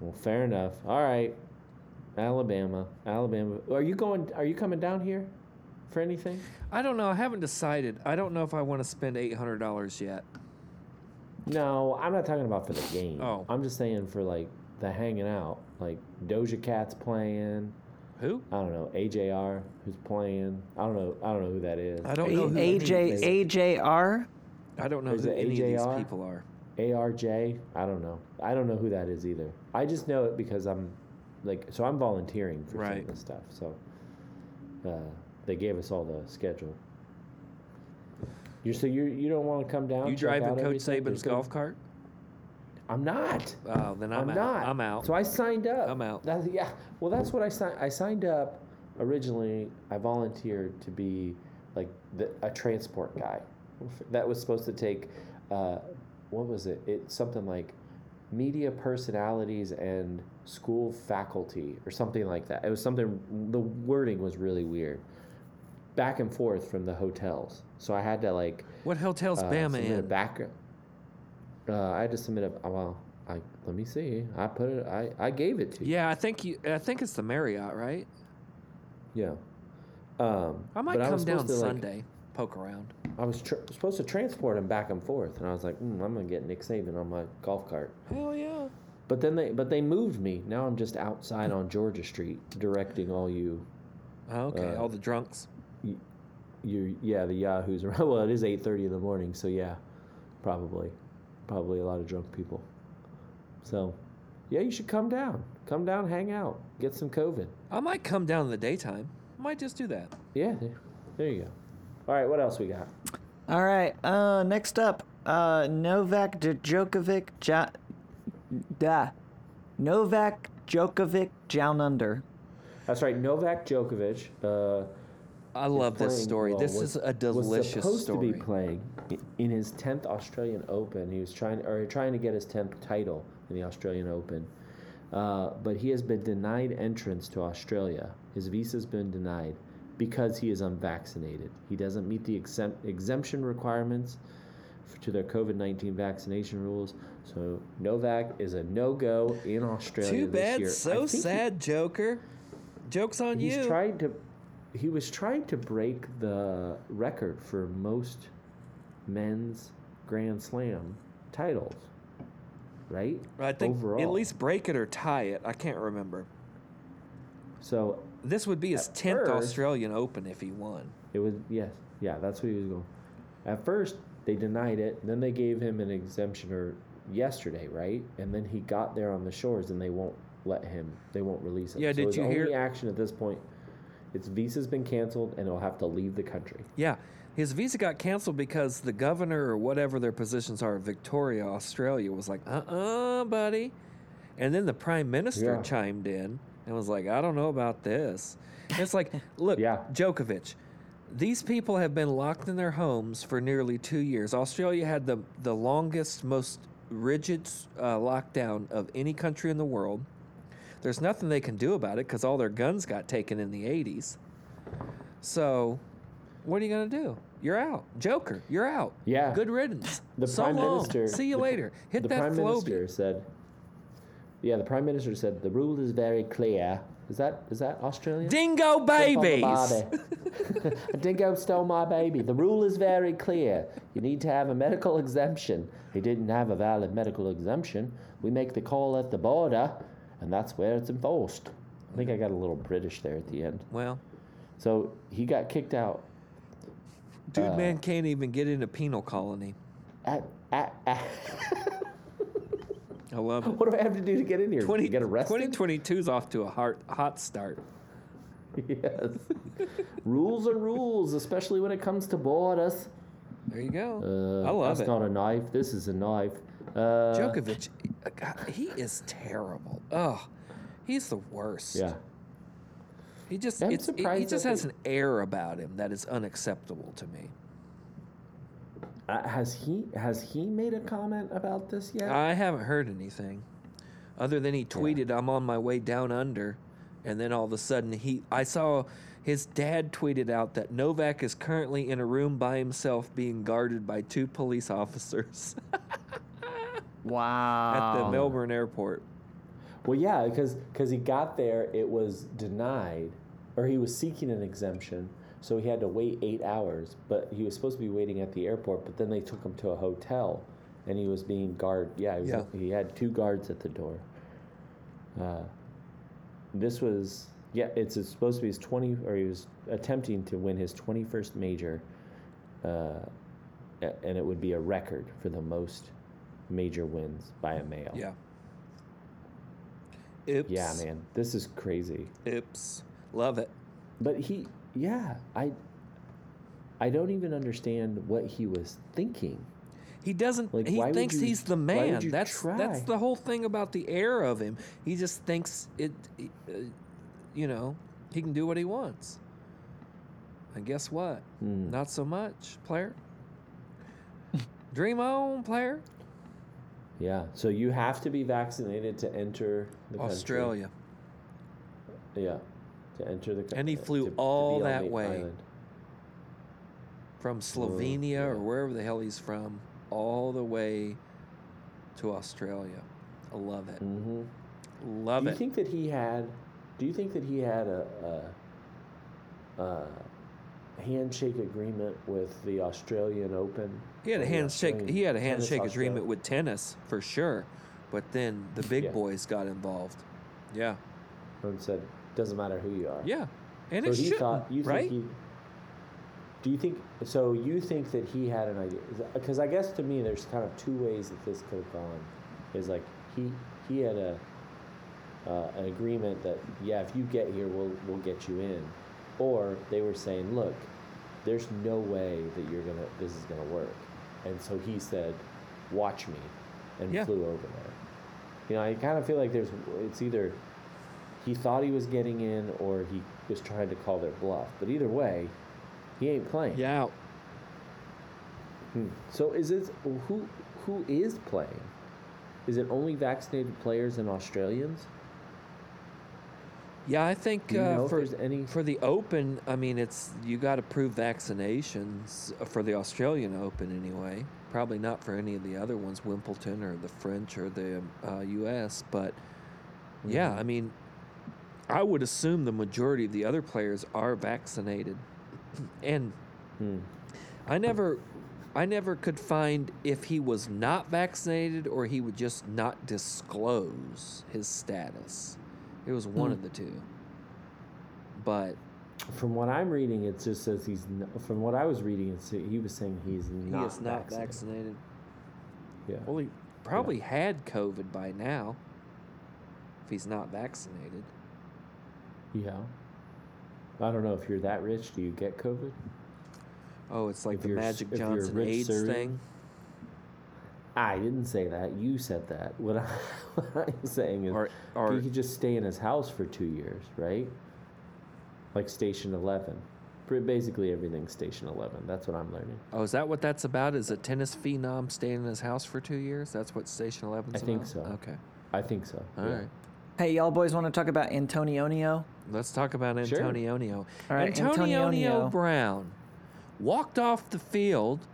[SPEAKER 1] Well, fair enough. All right. Alabama, Alabama. Are you going? Are you coming down here for anything?
[SPEAKER 2] I don't know. I haven't decided. I don't know if I want to spend eight hundred dollars yet.
[SPEAKER 1] No, I'm not talking about for the game.
[SPEAKER 2] Oh.
[SPEAKER 1] I'm just saying for like the hanging out. Like Doja Cat's playing.
[SPEAKER 2] Who?
[SPEAKER 1] I don't know AJR who's playing. I don't know. I don't know who that is.
[SPEAKER 2] I don't know. Who any of
[SPEAKER 3] AJ,
[SPEAKER 2] these-
[SPEAKER 3] AJR.
[SPEAKER 2] I don't know
[SPEAKER 1] Is
[SPEAKER 2] who
[SPEAKER 1] it
[SPEAKER 2] any of
[SPEAKER 1] AJR?
[SPEAKER 2] these people are.
[SPEAKER 1] ARJ. I don't know. I don't know who that is either. I just know it because I'm like so I'm volunteering for some
[SPEAKER 2] Right.
[SPEAKER 1] of this stuff. So uh, they gave us all the schedule. You so you you don't want to come down?
[SPEAKER 2] You
[SPEAKER 1] check
[SPEAKER 2] driving
[SPEAKER 1] out
[SPEAKER 2] Coach
[SPEAKER 1] everything?
[SPEAKER 2] Saban's
[SPEAKER 1] There's no-
[SPEAKER 2] golf cart?
[SPEAKER 1] I'm not.
[SPEAKER 2] Oh, then
[SPEAKER 1] I'm,
[SPEAKER 2] I'm, out.
[SPEAKER 1] not.
[SPEAKER 2] I'm out.
[SPEAKER 1] So I signed up.
[SPEAKER 2] I'm out.
[SPEAKER 1] That- yeah. Well, that's what I signed. I signed up originally. I volunteered to be like the, a transport guy. That was supposed to take, uh, what was it? It something like media personalities and school faculty or something like that. It was something. The wording was really weird. Back and forth from the hotels. So I had to like
[SPEAKER 2] what hotel's
[SPEAKER 1] uh,
[SPEAKER 2] Bama
[SPEAKER 1] submit a
[SPEAKER 2] in?
[SPEAKER 1] background. Uh, I had to submit a well. I let me see. I put it. I I gave it to you.
[SPEAKER 2] Yeah, I think you. I think it's the Marriott, right?
[SPEAKER 1] Yeah. Um,
[SPEAKER 2] I might
[SPEAKER 1] but
[SPEAKER 2] come
[SPEAKER 1] was
[SPEAKER 2] down
[SPEAKER 1] supposed to, like,
[SPEAKER 2] Sunday, poke around.
[SPEAKER 1] I was tr- supposed to transport him back and forth, and I was like, mm, I'm gonna get Nick Saban on my golf cart.
[SPEAKER 2] Hell yeah!
[SPEAKER 1] But then they but they moved me. Now I'm just outside on Georgia Street directing all you
[SPEAKER 2] Okay,
[SPEAKER 1] Uh,
[SPEAKER 2] all the drunks.
[SPEAKER 1] you yeah the yahoos around. Well, it is 8:30 in the morning, so yeah, probably probably a lot of drunk people. So yeah, you should come down. Come down, hang out, get some COVID.
[SPEAKER 2] I might come down in the daytime. Might just do that.
[SPEAKER 1] Yeah, there, there you go. All right, what else we got?
[SPEAKER 3] All right. Uh, next up, uh, Novak Djokovic. Ja- da. Novak Djokovic down under.
[SPEAKER 1] That's right, Novak Djokovic. Uh,
[SPEAKER 2] I love this
[SPEAKER 1] playing
[SPEAKER 2] story.
[SPEAKER 1] well,
[SPEAKER 2] this
[SPEAKER 1] was-
[SPEAKER 2] is a
[SPEAKER 1] was
[SPEAKER 2] delicious
[SPEAKER 1] supposed
[SPEAKER 2] story.
[SPEAKER 1] to be playing i- in his 10th Australian Open. He was trying or trying to get his 10th title in the Australian Open. Uh, but he has been denied entrance to Australia. His visa's been denied because he is unvaccinated. He doesn't meet the exempt, exemption requirements f- to their COVID 19 vaccination rules. So Novak is a no go in Australia.
[SPEAKER 2] Too
[SPEAKER 1] this
[SPEAKER 2] bad.
[SPEAKER 1] year. I
[SPEAKER 2] So
[SPEAKER 1] think he-
[SPEAKER 2] sad, Joker. Jokes on
[SPEAKER 1] He's
[SPEAKER 2] you.
[SPEAKER 1] trying to. He was trying to break the record for most men's Grand Slam titles, right?
[SPEAKER 2] I think
[SPEAKER 1] overall.
[SPEAKER 2] at least break it or tie it. I can't remember.
[SPEAKER 1] So
[SPEAKER 2] This would be his
[SPEAKER 1] At
[SPEAKER 2] tenth
[SPEAKER 1] first-
[SPEAKER 2] Australian Open if he won.
[SPEAKER 1] it was yes, yeah. That's what he was going. At first they denied it, then they gave him an exemption or yesterday, right? And then he got there on the shores, and they won't let him. They won't release him.
[SPEAKER 2] Yeah,
[SPEAKER 1] So
[SPEAKER 2] did
[SPEAKER 1] his
[SPEAKER 2] you hear-
[SPEAKER 1] only action at this point, its visa's been canceled, and he'll have to leave the country.
[SPEAKER 2] Yeah, his visa got canceled because the governor or whatever their positions are, of Victoria, Australia, was like, "Uh, uh buddy," and then the prime minister
[SPEAKER 1] Yeah.
[SPEAKER 2] chimed in and was like, "I don't know about this." And it's like, look,
[SPEAKER 1] Yeah.
[SPEAKER 2] Djokovic, these people have been locked in their homes for nearly two years. Australia had the the longest, most rigid uh, lockdown of any country in the world. There's nothing they can do about it because all their guns got taken in the 80s. So, what are you gonna do? You're out, Joker. You're out.
[SPEAKER 1] Yeah.
[SPEAKER 2] Good riddance.
[SPEAKER 1] The
[SPEAKER 2] so
[SPEAKER 1] prime
[SPEAKER 2] long.
[SPEAKER 1] minister.
[SPEAKER 2] See you
[SPEAKER 1] the-
[SPEAKER 2] later. Hit
[SPEAKER 1] the
[SPEAKER 2] that
[SPEAKER 1] prime
[SPEAKER 2] flow
[SPEAKER 1] minister said. Yeah, the prime minister said the rule is very clear. Is that is that Australian?
[SPEAKER 2] Dingo
[SPEAKER 1] Step on the
[SPEAKER 2] babies.
[SPEAKER 1] body. A dingo stole my baby. The rule is very clear. You need to have a medical exemption. He didn't have a valid medical exemption. We make the call at the border, and that's where it's enforced. I think I got a little British there at the end.
[SPEAKER 2] Well,
[SPEAKER 1] So he got kicked out
[SPEAKER 2] dude,
[SPEAKER 1] Uh.
[SPEAKER 2] man can't even get in a penal colony.
[SPEAKER 1] at. at, at
[SPEAKER 2] I love it.
[SPEAKER 1] what do I have to do to get in here?
[SPEAKER 2] 20,
[SPEAKER 1] get arrested?
[SPEAKER 2] 2022's off to a hard, hot start.
[SPEAKER 1] Yes. rules are rules, especially when it comes to borders.
[SPEAKER 2] There you go.
[SPEAKER 1] Uh,
[SPEAKER 2] I love
[SPEAKER 1] that's
[SPEAKER 2] it.
[SPEAKER 1] not a knife. This is a knife. Uh,
[SPEAKER 2] Djokovic, uh, God, he is terrible. Oh, he's the worst.
[SPEAKER 1] Yeah.
[SPEAKER 2] He just
[SPEAKER 1] I'm
[SPEAKER 2] it's, he- he
[SPEAKER 1] surprised
[SPEAKER 2] just
[SPEAKER 1] that
[SPEAKER 2] has
[SPEAKER 1] they-
[SPEAKER 2] an air about him that is unacceptable to me.
[SPEAKER 1] Uh, has he has he made a comment about this yet?
[SPEAKER 2] I haven't heard anything other than he tweeted, "I'm on my way down under," and then all of a sudden he, I saw his dad tweeted out that Novak is currently in a room by himself, being guarded by two police officers
[SPEAKER 3] Wow.
[SPEAKER 2] at
[SPEAKER 1] Oh.
[SPEAKER 2] the Melbourne airport.
[SPEAKER 1] well, yeah, because because he got there, it was denied, or he was seeking an exemption, so he had to wait eight hours. But he was supposed to be waiting at the airport, but then they took him to a hotel, and he was being guard. Yeah, he, was,
[SPEAKER 2] Yeah.
[SPEAKER 1] he had two guards at the door. Uh, this was yeah, it's, it's supposed to be his twenty, or he was attempting to win his twenty-first major, uh, a- and it would be a record for the most major wins by a male.
[SPEAKER 2] Yeah. Oops.
[SPEAKER 1] Yeah, man, this is crazy.
[SPEAKER 2] Oops. Love it.
[SPEAKER 1] But he, yeah, I, I don't even understand what he was thinking.
[SPEAKER 2] He doesn't.
[SPEAKER 1] Like,
[SPEAKER 2] he
[SPEAKER 1] why would
[SPEAKER 2] thinks
[SPEAKER 1] you-
[SPEAKER 2] he's the
[SPEAKER 1] why would
[SPEAKER 2] man.
[SPEAKER 1] you
[SPEAKER 2] That's
[SPEAKER 1] try?
[SPEAKER 2] that's the whole thing about the air of him. He just thinks it. Uh, you know, he can do what he wants. And guess what?
[SPEAKER 1] Hmm.
[SPEAKER 2] Not so much, player. Dream on, player.
[SPEAKER 1] Yeah, so you have to be vaccinated to enter the country.
[SPEAKER 2] Australia.
[SPEAKER 1] Yeah, to enter the country.
[SPEAKER 2] And he flew all that way.
[SPEAKER 1] Island.
[SPEAKER 2] From Slovenia or
[SPEAKER 1] yeah.
[SPEAKER 2] wherever the hell he's from, all the way to Australia. Love it.
[SPEAKER 1] Mm-hmm.
[SPEAKER 2] Love
[SPEAKER 1] do you
[SPEAKER 2] it.
[SPEAKER 1] think that he had? Do you think that he had a, a, a handshake agreement with the Australian Open?
[SPEAKER 2] he had a
[SPEAKER 1] Or the
[SPEAKER 2] handshake.
[SPEAKER 1] Australian-
[SPEAKER 2] He had a
[SPEAKER 1] Oh, tennis
[SPEAKER 2] handshake
[SPEAKER 1] Australia?
[SPEAKER 2] agreement with tennis for sure, but then the big
[SPEAKER 1] Yeah.
[SPEAKER 2] boys got involved. Yeah,
[SPEAKER 1] and said, "Doesn't matter who you are."
[SPEAKER 2] yeah, and
[SPEAKER 1] So
[SPEAKER 2] it
[SPEAKER 1] he
[SPEAKER 2] should
[SPEAKER 1] thought. You think
[SPEAKER 2] right?
[SPEAKER 1] he? Do you think? So you think that he had an idea? Because I guess to me, there's kind of two ways that this could have gone. Is like he he had a uh, an agreement that yeah, if you get here, we'll we'll get you in, or they were saying, look, there's no way that you're gonna this is gonna work, and so he said, watch me, and
[SPEAKER 2] Yeah.
[SPEAKER 1] flew over there. You know, I kind of feel like there's it's either he thought he was getting in or he was trying to call their bluff. But either way, he ain't playing. Hmm.
[SPEAKER 2] yeah,
[SPEAKER 1] So is it who who is playing? Is it only vaccinated players and Australians?
[SPEAKER 2] yeah. I think
[SPEAKER 1] Do you know
[SPEAKER 2] uh,
[SPEAKER 1] if
[SPEAKER 2] for
[SPEAKER 1] there's any?
[SPEAKER 2] for the Open, I mean, it's you got to prove vaccinations uh, for the Australian Open anyway. Probably not for any of the other ones, Wimbledon or the French or the um, uh, U.S. But yeah,
[SPEAKER 1] Mm-hmm.
[SPEAKER 2] I mean, I would assume the majority of the other players are vaccinated, and
[SPEAKER 1] Hmm.
[SPEAKER 2] I never, I never could find if he was not vaccinated or he would just not disclose his status. It was
[SPEAKER 1] Hmm.
[SPEAKER 2] one of the two. But
[SPEAKER 1] From what I'm reading, it just says he's. n from what I was reading, it's, he was saying he's
[SPEAKER 2] he
[SPEAKER 1] not.
[SPEAKER 2] is not vaccinated. Oh.
[SPEAKER 1] vaccinated. Yeah.
[SPEAKER 2] Well, he probably had COVID by now. If he's not vaccinated,
[SPEAKER 1] Yeah. I don't know if you're that rich. Do you get COVID?
[SPEAKER 2] oh, it's like
[SPEAKER 1] If
[SPEAKER 2] the
[SPEAKER 1] you're s-
[SPEAKER 2] Magic
[SPEAKER 1] if you're a
[SPEAKER 2] Johnson
[SPEAKER 1] rich
[SPEAKER 2] AIDS
[SPEAKER 1] Syrian.
[SPEAKER 2] thing.
[SPEAKER 1] I didn't say that. You said that. What, I, what I'm saying is,
[SPEAKER 2] Or- or-
[SPEAKER 1] he could just stay in his house for two years, right? Like Station Eleven. Pre- Basically, everything's Station Eleven. That's what I'm learning.
[SPEAKER 2] Oh, is that what that's about? Is a tennis phenom staying in his house for two years? That's what Station Eleven.
[SPEAKER 1] I think
[SPEAKER 2] about?
[SPEAKER 1] so.
[SPEAKER 2] Okay,
[SPEAKER 1] I think so.
[SPEAKER 2] all
[SPEAKER 1] yeah.
[SPEAKER 2] right.
[SPEAKER 3] Hey, y'all boys want to talk about Antonionio?
[SPEAKER 2] Let's talk about
[SPEAKER 1] Sure.
[SPEAKER 2] Antonionio.
[SPEAKER 3] All right,
[SPEAKER 2] Antonionio
[SPEAKER 3] Antonionio.
[SPEAKER 2] Brown walked off the field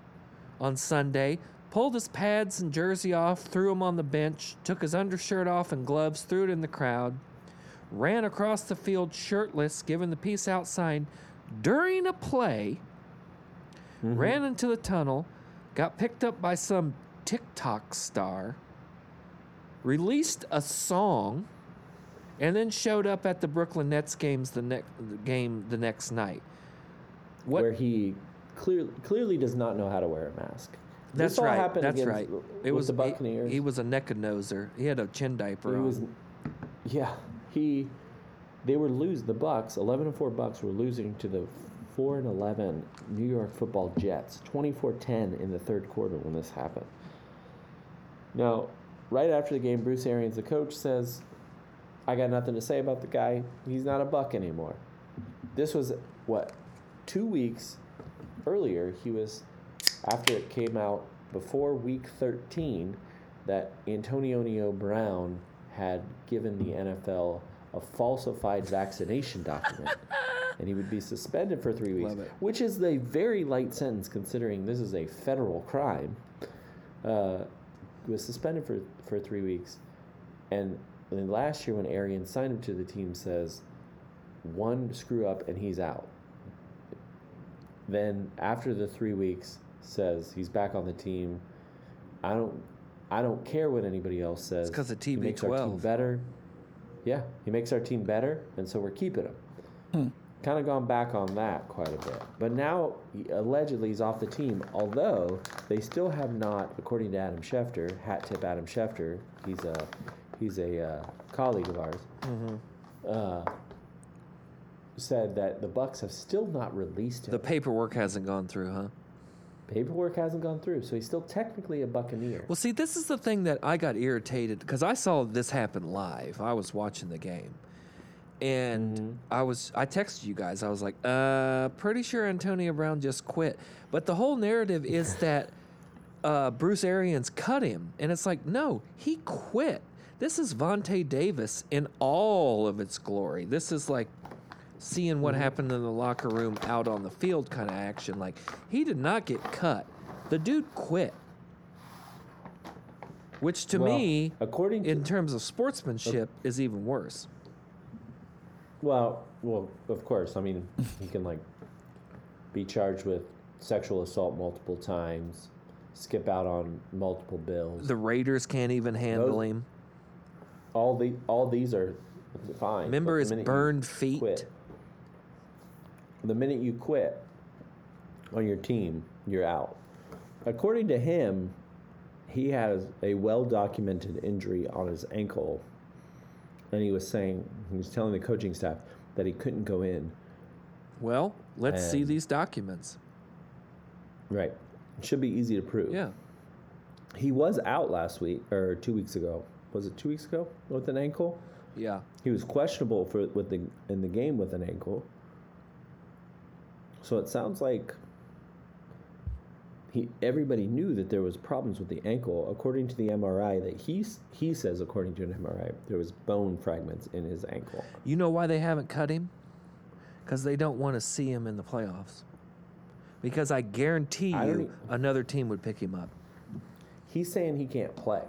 [SPEAKER 2] on Sunday, pulled his pads and jersey off, threw them on the bench, took his undershirt off and gloves, threw it in the crowd, ran across the field shirtless, giving the peace out sign during a play,
[SPEAKER 1] Mm-hmm.
[SPEAKER 2] ran into the tunnel, got picked up by some TikTok star, released a song and then showed up at the Brooklyn Nets games the next game the next night. What?
[SPEAKER 1] Where he clearly clearly does not know how to wear a mask.
[SPEAKER 2] that's
[SPEAKER 1] this all
[SPEAKER 2] right.
[SPEAKER 1] Happened
[SPEAKER 2] that's
[SPEAKER 1] against-
[SPEAKER 2] right.
[SPEAKER 1] with the Buccaneers.
[SPEAKER 2] He, he was a neck noser. He had a chin diaper.
[SPEAKER 1] He
[SPEAKER 2] on.
[SPEAKER 1] was, yeah. He, they were lose the Bucks. Eleven and four Bucks were losing to the four and eleven New York Football Jets, 24-10 in the third quarter when this happened. Now, right after the game, Bruce Arians, the coach, says, "I got nothing to say about the guy. He's not a Buck anymore." This was what two weeks earlier. He was after it came out before week 13 that Antonio Brown had given the NFL a falsified vaccination document and he would be suspended for 3 weeks
[SPEAKER 2] Love it.
[SPEAKER 1] which is a very light sentence considering this is a federal crime uh, was suspended for, for 3 weeks and then last year when Arian signed him to the team says one screw up and he's out then after the three weeks says he's back on the team i don't i don't care what anybody else says
[SPEAKER 2] 'cause of
[SPEAKER 1] he makes our team
[SPEAKER 2] TB12.
[SPEAKER 1] better yeah he makes our team better and so we're keeping him kind of gone back on that quite a bit but now he- allegedly he's off the team although they still have not according to adam schefter hat tip adam schefter he's a he's a uh, colleague of ours
[SPEAKER 2] Mm-hmm.
[SPEAKER 1] uh, said that the bucks have still not released him
[SPEAKER 2] the paperwork hasn't gone through, huh?
[SPEAKER 1] paperwork hasn't gone through, so he's still technically a Buccaneer.
[SPEAKER 2] Well, see, this is the thing that I got irritated because I saw this happen live. I was watching the game, and I was I texted you guys. I was like, uh, pretty sure Antonio Brown just quit. But the whole narrative is that uh, Bruce Arians cut him, and it's like, no, he quit. This is Vontae Davis in all of its glory. This is like seeing what
[SPEAKER 1] Mm-hmm.
[SPEAKER 2] happened in the locker room out on the field kind of action. Like, he did not get cut. The dude quit. which to
[SPEAKER 1] Well,
[SPEAKER 2] me,
[SPEAKER 1] according to
[SPEAKER 2] in terms of sportsmanship, is even worse.
[SPEAKER 1] Well, well, of course. I mean, he can like be charged with sexual assault multiple times, skip out on multiple bills.
[SPEAKER 2] The Raiders can't even handle
[SPEAKER 1] Those-
[SPEAKER 2] him.
[SPEAKER 1] all the all these are fine.
[SPEAKER 2] Remember
[SPEAKER 1] but the
[SPEAKER 2] his
[SPEAKER 1] minute you
[SPEAKER 2] burned feet.
[SPEAKER 1] Quit. The minute you quit on your team, you're out. According to him, he has a well-documented injury on his ankle, and he was saying he was telling the coaching staff that he couldn't go in
[SPEAKER 2] Well, let's see
[SPEAKER 1] And-
[SPEAKER 2] these documents.
[SPEAKER 1] Right. It should be easy to prove.
[SPEAKER 2] Yeah.
[SPEAKER 1] He was out last week or two weeks ago. Was it two weeks ago with an ankle?
[SPEAKER 2] Yeah.
[SPEAKER 1] He was questionable for with the in the game with an ankle. So it sounds like he everybody knew that there was problems with the ankle. According to the MRI that he s- he says, according to an MRI, there was bone fragments in his ankle.
[SPEAKER 2] You know why they haven't cut him? Because they don't want to see him in the playoffs. Because I guarantee you
[SPEAKER 1] I don't e-
[SPEAKER 2] another team would pick him up.
[SPEAKER 1] He's saying he can't play.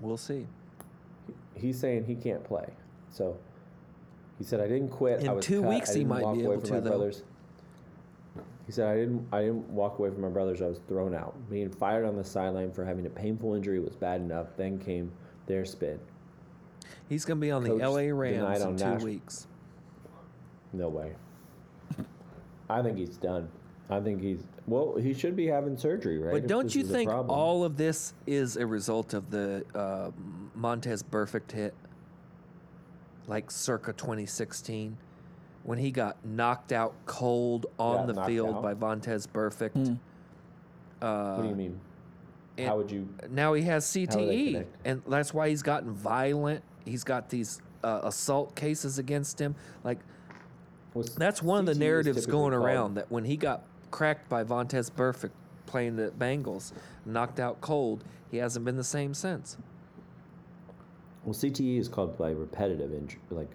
[SPEAKER 2] We'll see.
[SPEAKER 1] He's saying he can't play. So he said, "I didn't quit.
[SPEAKER 2] In
[SPEAKER 1] I was
[SPEAKER 2] two
[SPEAKER 1] cut.
[SPEAKER 2] weeks
[SPEAKER 1] I
[SPEAKER 2] he
[SPEAKER 1] didn't
[SPEAKER 2] might be
[SPEAKER 1] walk away
[SPEAKER 2] able
[SPEAKER 1] from
[SPEAKER 2] to,
[SPEAKER 1] my
[SPEAKER 2] though."
[SPEAKER 1] Brothers. He said, "I didn't. I didn't walk away from my brothers. I was thrown out. Being fired on the sideline for having a painful injury was bad enough. Then came their spin.
[SPEAKER 2] He's going to be on
[SPEAKER 1] Coach
[SPEAKER 2] the LA Rams
[SPEAKER 1] denied
[SPEAKER 2] in
[SPEAKER 1] on
[SPEAKER 2] two
[SPEAKER 1] Nash-
[SPEAKER 2] weeks.
[SPEAKER 1] No way. I think he's done. I think he's well. He should be having surgery, right?
[SPEAKER 2] But
[SPEAKER 1] If
[SPEAKER 2] don't
[SPEAKER 1] this
[SPEAKER 2] you
[SPEAKER 1] is a
[SPEAKER 2] think
[SPEAKER 1] problem.
[SPEAKER 2] all of this is a result of the uh, Montez perfect hit, like circa 2016, when he got knocked out cold on
[SPEAKER 1] Got
[SPEAKER 2] the
[SPEAKER 1] knocked
[SPEAKER 2] field
[SPEAKER 1] out?
[SPEAKER 2] by Montez perfect?
[SPEAKER 1] What do you mean?
[SPEAKER 2] it-
[SPEAKER 1] How would you?
[SPEAKER 2] Now he has
[SPEAKER 1] do they
[SPEAKER 2] CTE,
[SPEAKER 1] connect?
[SPEAKER 2] and that's why he's gotten violent. He's got these uh, assault cases against him. Like
[SPEAKER 1] what's-
[SPEAKER 2] that's one of the
[SPEAKER 1] CTE is
[SPEAKER 2] narratives
[SPEAKER 1] typically
[SPEAKER 2] going
[SPEAKER 1] called-
[SPEAKER 2] around that when he got cracked by Vontez Burfict playing the Bengals, knocked out cold, he hasn't been the same since.
[SPEAKER 1] Well, CTE is called by repetitive injury, like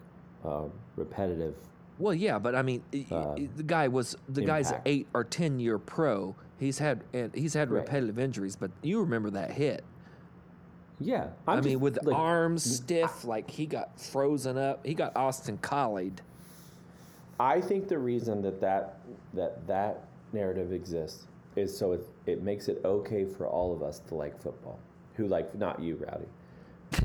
[SPEAKER 1] uh, repetitive
[SPEAKER 2] Well, yeah, but I mean, i i-
[SPEAKER 1] Uh,
[SPEAKER 2] the guy was the guy's an
[SPEAKER 1] impact.
[SPEAKER 2] eight or ten year pro. He's had and he's had
[SPEAKER 1] Right.
[SPEAKER 2] repetitive injuries, but you remember that hit.
[SPEAKER 1] Yeah,
[SPEAKER 2] i
[SPEAKER 1] I'm
[SPEAKER 2] mean,
[SPEAKER 1] just,
[SPEAKER 2] with the
[SPEAKER 1] like,
[SPEAKER 2] arms stiff, like he got frozen up. He got Austin Collied.
[SPEAKER 1] I think the reason that that that that narrative exists is so it it makes it okay for all of us to like football, who like not you, Rowdy.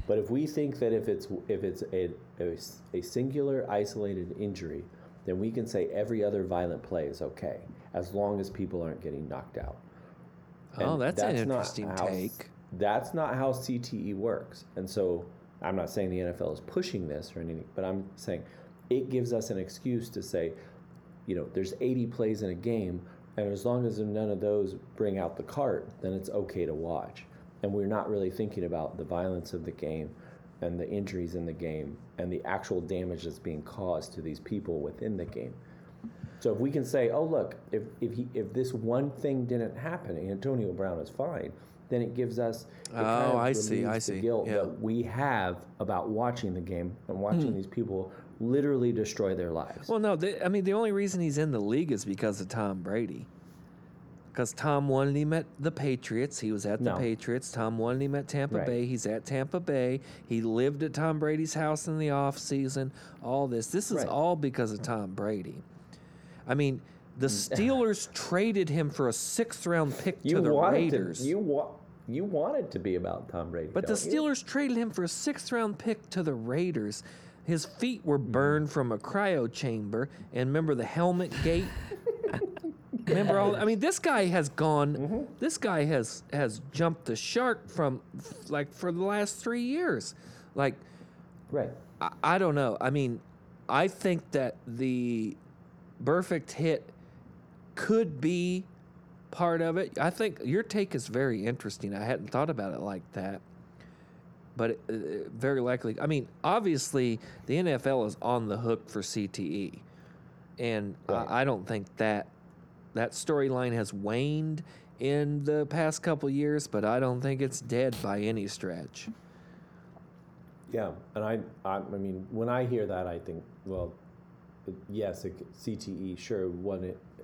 [SPEAKER 1] But if we think that if it's if it's a, a s- a singular isolated injury, then we can say every other violent play is okay as long as people aren't getting knocked out.
[SPEAKER 2] Oh,
[SPEAKER 1] And
[SPEAKER 2] that's, an
[SPEAKER 1] not
[SPEAKER 2] interesting
[SPEAKER 1] how-
[SPEAKER 2] take.
[SPEAKER 1] That's not how CTE works. And so I'm not saying the NFL is pushing this or anything, but I'm saying it gives us an excuse to say, you know, there's 80 plays in a game, and as long as none of those bring out the cart, then it's okay to watch. And we're not really thinking about the violence of the game and the injuries in the game and the actual damage that's being caused to these people within the game. So if we can say, oh look, if if he if this one thing didn't happen, and Antonio Brown is fine, then it gives us it
[SPEAKER 2] Oh, I
[SPEAKER 1] relieves
[SPEAKER 2] see, I
[SPEAKER 1] the
[SPEAKER 2] see,
[SPEAKER 1] guilt
[SPEAKER 2] yeah.
[SPEAKER 1] that we have about watching the game and watching these people literally destroy their lives.
[SPEAKER 2] Hmm. Well, no, the I mean the only reason he's in the league is because of Tom Brady. Because Tom wanted him at the Patriots. He was at the
[SPEAKER 1] No.
[SPEAKER 2] Patriots. Tom wanted him at Tampa
[SPEAKER 1] Right.
[SPEAKER 2] Bay. He's at Tampa Bay. He lived at Tom Brady's house in the off season. All this. This is
[SPEAKER 1] Right.
[SPEAKER 2] all because of Tom Brady. I mean, the Steelers traded him for a sixth round pick to
[SPEAKER 1] Mm. you
[SPEAKER 2] the
[SPEAKER 1] want it
[SPEAKER 2] Raiders.
[SPEAKER 1] to you want you want it to be about Tom Brady,
[SPEAKER 2] But the
[SPEAKER 1] don't you?
[SPEAKER 2] Steelers traded him for a sixth round pick to the Raiders. His feet were burned from a cryo chamber. And remember the helmet gate? remember all I mean this guy has gone this guy has has jumped the shark from like for the last three years. Like
[SPEAKER 1] right?
[SPEAKER 2] I, I don't know. I mean, I think that the perfect hit could be part of it. I think your take is very interesting. I hadn't thought about it like that. But it, uh, very likely, I mean, obviously, the NFL is on the hook for CTE, and
[SPEAKER 1] Right.
[SPEAKER 2] I, I don't think that that storyline has waned in the past couple years. But I don't think it's dead by any stretch.
[SPEAKER 1] Yeah, and I, I, I mean, when I hear that, I think, well, it- yes, it, CTE, sure, one, i-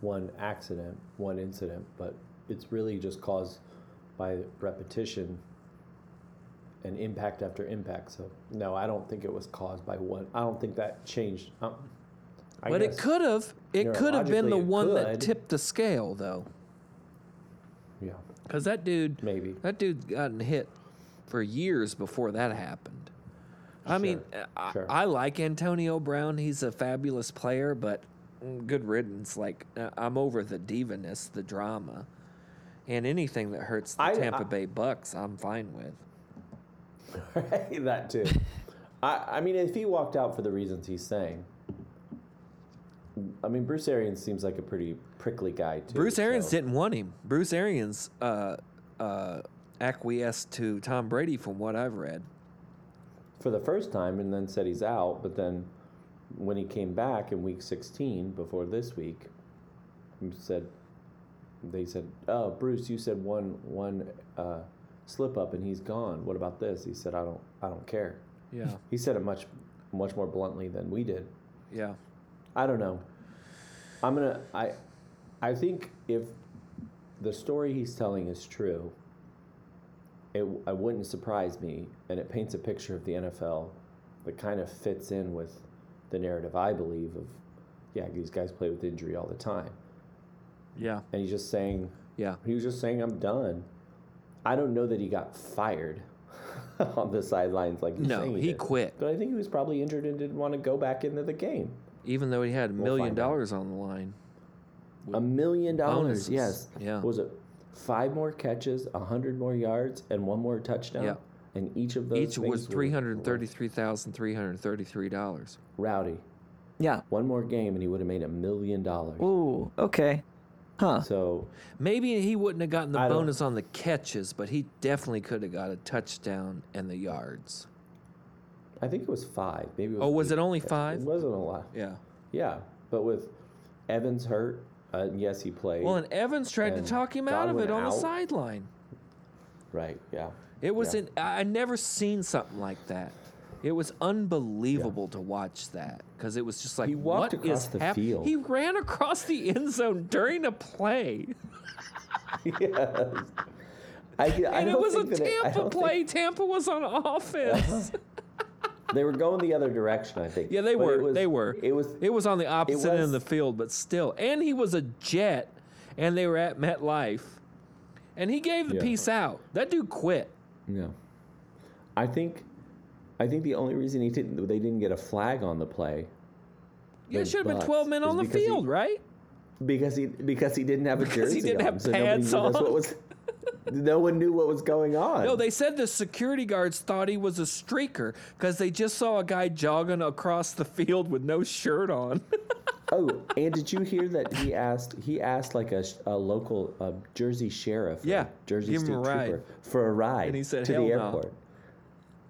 [SPEAKER 1] one accident, one incident, but it's really just caused by repetition and impact after impact. So no, I don't think it was caused by one. I don't think that changed. Um, I
[SPEAKER 2] but it
[SPEAKER 1] guess-
[SPEAKER 2] could have. It could have been the
[SPEAKER 1] neurologically it
[SPEAKER 2] one that
[SPEAKER 1] could.
[SPEAKER 2] tipped the scale, though,
[SPEAKER 1] Yeah,
[SPEAKER 2] because that dude,
[SPEAKER 1] maybe.
[SPEAKER 2] that dude gotten hit for years before that happened. I mean, uh, I,
[SPEAKER 1] sure.
[SPEAKER 2] I like Antonio Brown. He's a fabulous player, but mm, good riddance. Like uh, I'm over the divaness, the drama, and anything that hurts the
[SPEAKER 1] I-
[SPEAKER 2] Tampa
[SPEAKER 1] I-
[SPEAKER 2] Bay Bucks, I'm fine with.
[SPEAKER 1] that too. I, I mean, if he walked out for the reasons he's saying, I mean, Bruce Arians seems like a pretty prickly guy too.
[SPEAKER 2] Bruce Arians
[SPEAKER 1] so-
[SPEAKER 2] didn't want him. Bruce Arians uh, uh, acquiesced to Tom Brady, from what I've read.
[SPEAKER 1] for the first time, and then said he's out. But then when he came back in week 16 before this week, he said they said, "Oh, Bruce, you said one one uh, slip up and he's gone. What about this?" He said, "I don't I don't care."
[SPEAKER 2] Yeah,
[SPEAKER 1] He said it much much more bluntly than we did.
[SPEAKER 2] yeah.
[SPEAKER 1] I don't know. I'm gonna. I, I think if the story he's telling is true, it I wouldn't surprise me, and it paints a picture of the NFL that kind of fits in with the narrative I believe of, yeah, these guys play with injury all the time,
[SPEAKER 2] Yeah,
[SPEAKER 1] and he's just saying
[SPEAKER 2] yeah.
[SPEAKER 1] he was just saying I'm done. I don't know that he got fired on the sidelines like he's
[SPEAKER 2] No,
[SPEAKER 1] saying
[SPEAKER 2] he
[SPEAKER 1] did.
[SPEAKER 2] quit,
[SPEAKER 1] But I think he was probably injured and didn't want to go back into the game.
[SPEAKER 2] even though he had a
[SPEAKER 1] We'll
[SPEAKER 2] million
[SPEAKER 1] find out.
[SPEAKER 2] dollars on the line.
[SPEAKER 1] A million dollars,
[SPEAKER 2] bonuses.
[SPEAKER 1] yes.
[SPEAKER 2] Yeah.
[SPEAKER 1] What was it five more catches, a hundred more yards, and one more touchdown?
[SPEAKER 2] Yeah.
[SPEAKER 1] And each of those
[SPEAKER 2] Each
[SPEAKER 1] things
[SPEAKER 2] was
[SPEAKER 1] were-
[SPEAKER 2] three hundred thirty-three thousand three hundred thirty-three dollars.
[SPEAKER 1] were Rowdy.
[SPEAKER 3] Yeah.
[SPEAKER 1] One more game, and he would have made a million dollars.
[SPEAKER 3] Ooh. Okay. Huh.
[SPEAKER 1] So
[SPEAKER 2] Maybe he wouldn't have gotten the
[SPEAKER 1] I don't-
[SPEAKER 2] bonus on the catches, but he definitely could have got a touchdown and the yards.
[SPEAKER 1] I think it was five. Maybe. It was
[SPEAKER 2] Oh, was
[SPEAKER 1] eight.
[SPEAKER 2] it only five?
[SPEAKER 1] It wasn't a lot.
[SPEAKER 2] Yeah.
[SPEAKER 1] Yeah, but with Evans hurt, uh, yes, he played.
[SPEAKER 2] Well, and Evans tried
[SPEAKER 1] And
[SPEAKER 2] to talk him out of
[SPEAKER 1] Godwin
[SPEAKER 2] it on the
[SPEAKER 1] out.
[SPEAKER 2] sideline.
[SPEAKER 1] right. Yeah.
[SPEAKER 2] It was
[SPEAKER 1] Yeah.
[SPEAKER 2] in. I I never seen something like that. It was unbelievable to watch that because it was just like
[SPEAKER 1] He walked
[SPEAKER 2] what
[SPEAKER 1] across
[SPEAKER 2] is
[SPEAKER 1] the
[SPEAKER 2] hap-
[SPEAKER 1] field.
[SPEAKER 2] He ran across the end zone during a play,
[SPEAKER 1] yes. I, I
[SPEAKER 2] and it
[SPEAKER 1] don't
[SPEAKER 2] was a
[SPEAKER 1] think that it- I
[SPEAKER 2] Tampa
[SPEAKER 1] don't think-
[SPEAKER 2] play. Tampa was on offense.
[SPEAKER 1] they were going the other direction, I think.
[SPEAKER 2] yeah, they
[SPEAKER 1] But it
[SPEAKER 2] were.
[SPEAKER 1] was-
[SPEAKER 2] they were.
[SPEAKER 1] It was.
[SPEAKER 2] It was on the opposite end of
[SPEAKER 1] was-
[SPEAKER 2] the field, but still. And he was a Jet, and they were at MetLife, and he gave the
[SPEAKER 1] Yeah.
[SPEAKER 2] piece out. That dude quit.
[SPEAKER 1] No. I think I think the only reason he didn't they didn't get a flag on the play
[SPEAKER 2] Yeah, it
[SPEAKER 1] The
[SPEAKER 2] should have been
[SPEAKER 1] Bucks
[SPEAKER 2] twelve men
[SPEAKER 1] is
[SPEAKER 2] on the
[SPEAKER 1] because he-
[SPEAKER 2] field, right?
[SPEAKER 1] because he because he didn't have a
[SPEAKER 2] Because
[SPEAKER 1] jersey.
[SPEAKER 2] he didn't
[SPEAKER 1] on,
[SPEAKER 2] have
[SPEAKER 1] so nobody
[SPEAKER 2] pants
[SPEAKER 1] knew that's
[SPEAKER 2] on.
[SPEAKER 1] What was, no one knew what was going on.
[SPEAKER 2] No, they said the security guards thought he was a streaker because they just saw a guy jogging across the field with no shirt on.
[SPEAKER 1] Oh, and did you hear that he asked he asked like a, sh- a local uh, Jersey sheriff, or
[SPEAKER 2] Yeah,
[SPEAKER 1] Jersey
[SPEAKER 2] give him
[SPEAKER 1] state
[SPEAKER 2] a ride.
[SPEAKER 1] trooper for a ride,
[SPEAKER 2] And he said,
[SPEAKER 1] to
[SPEAKER 2] "Hell
[SPEAKER 1] the
[SPEAKER 2] no."
[SPEAKER 1] airport.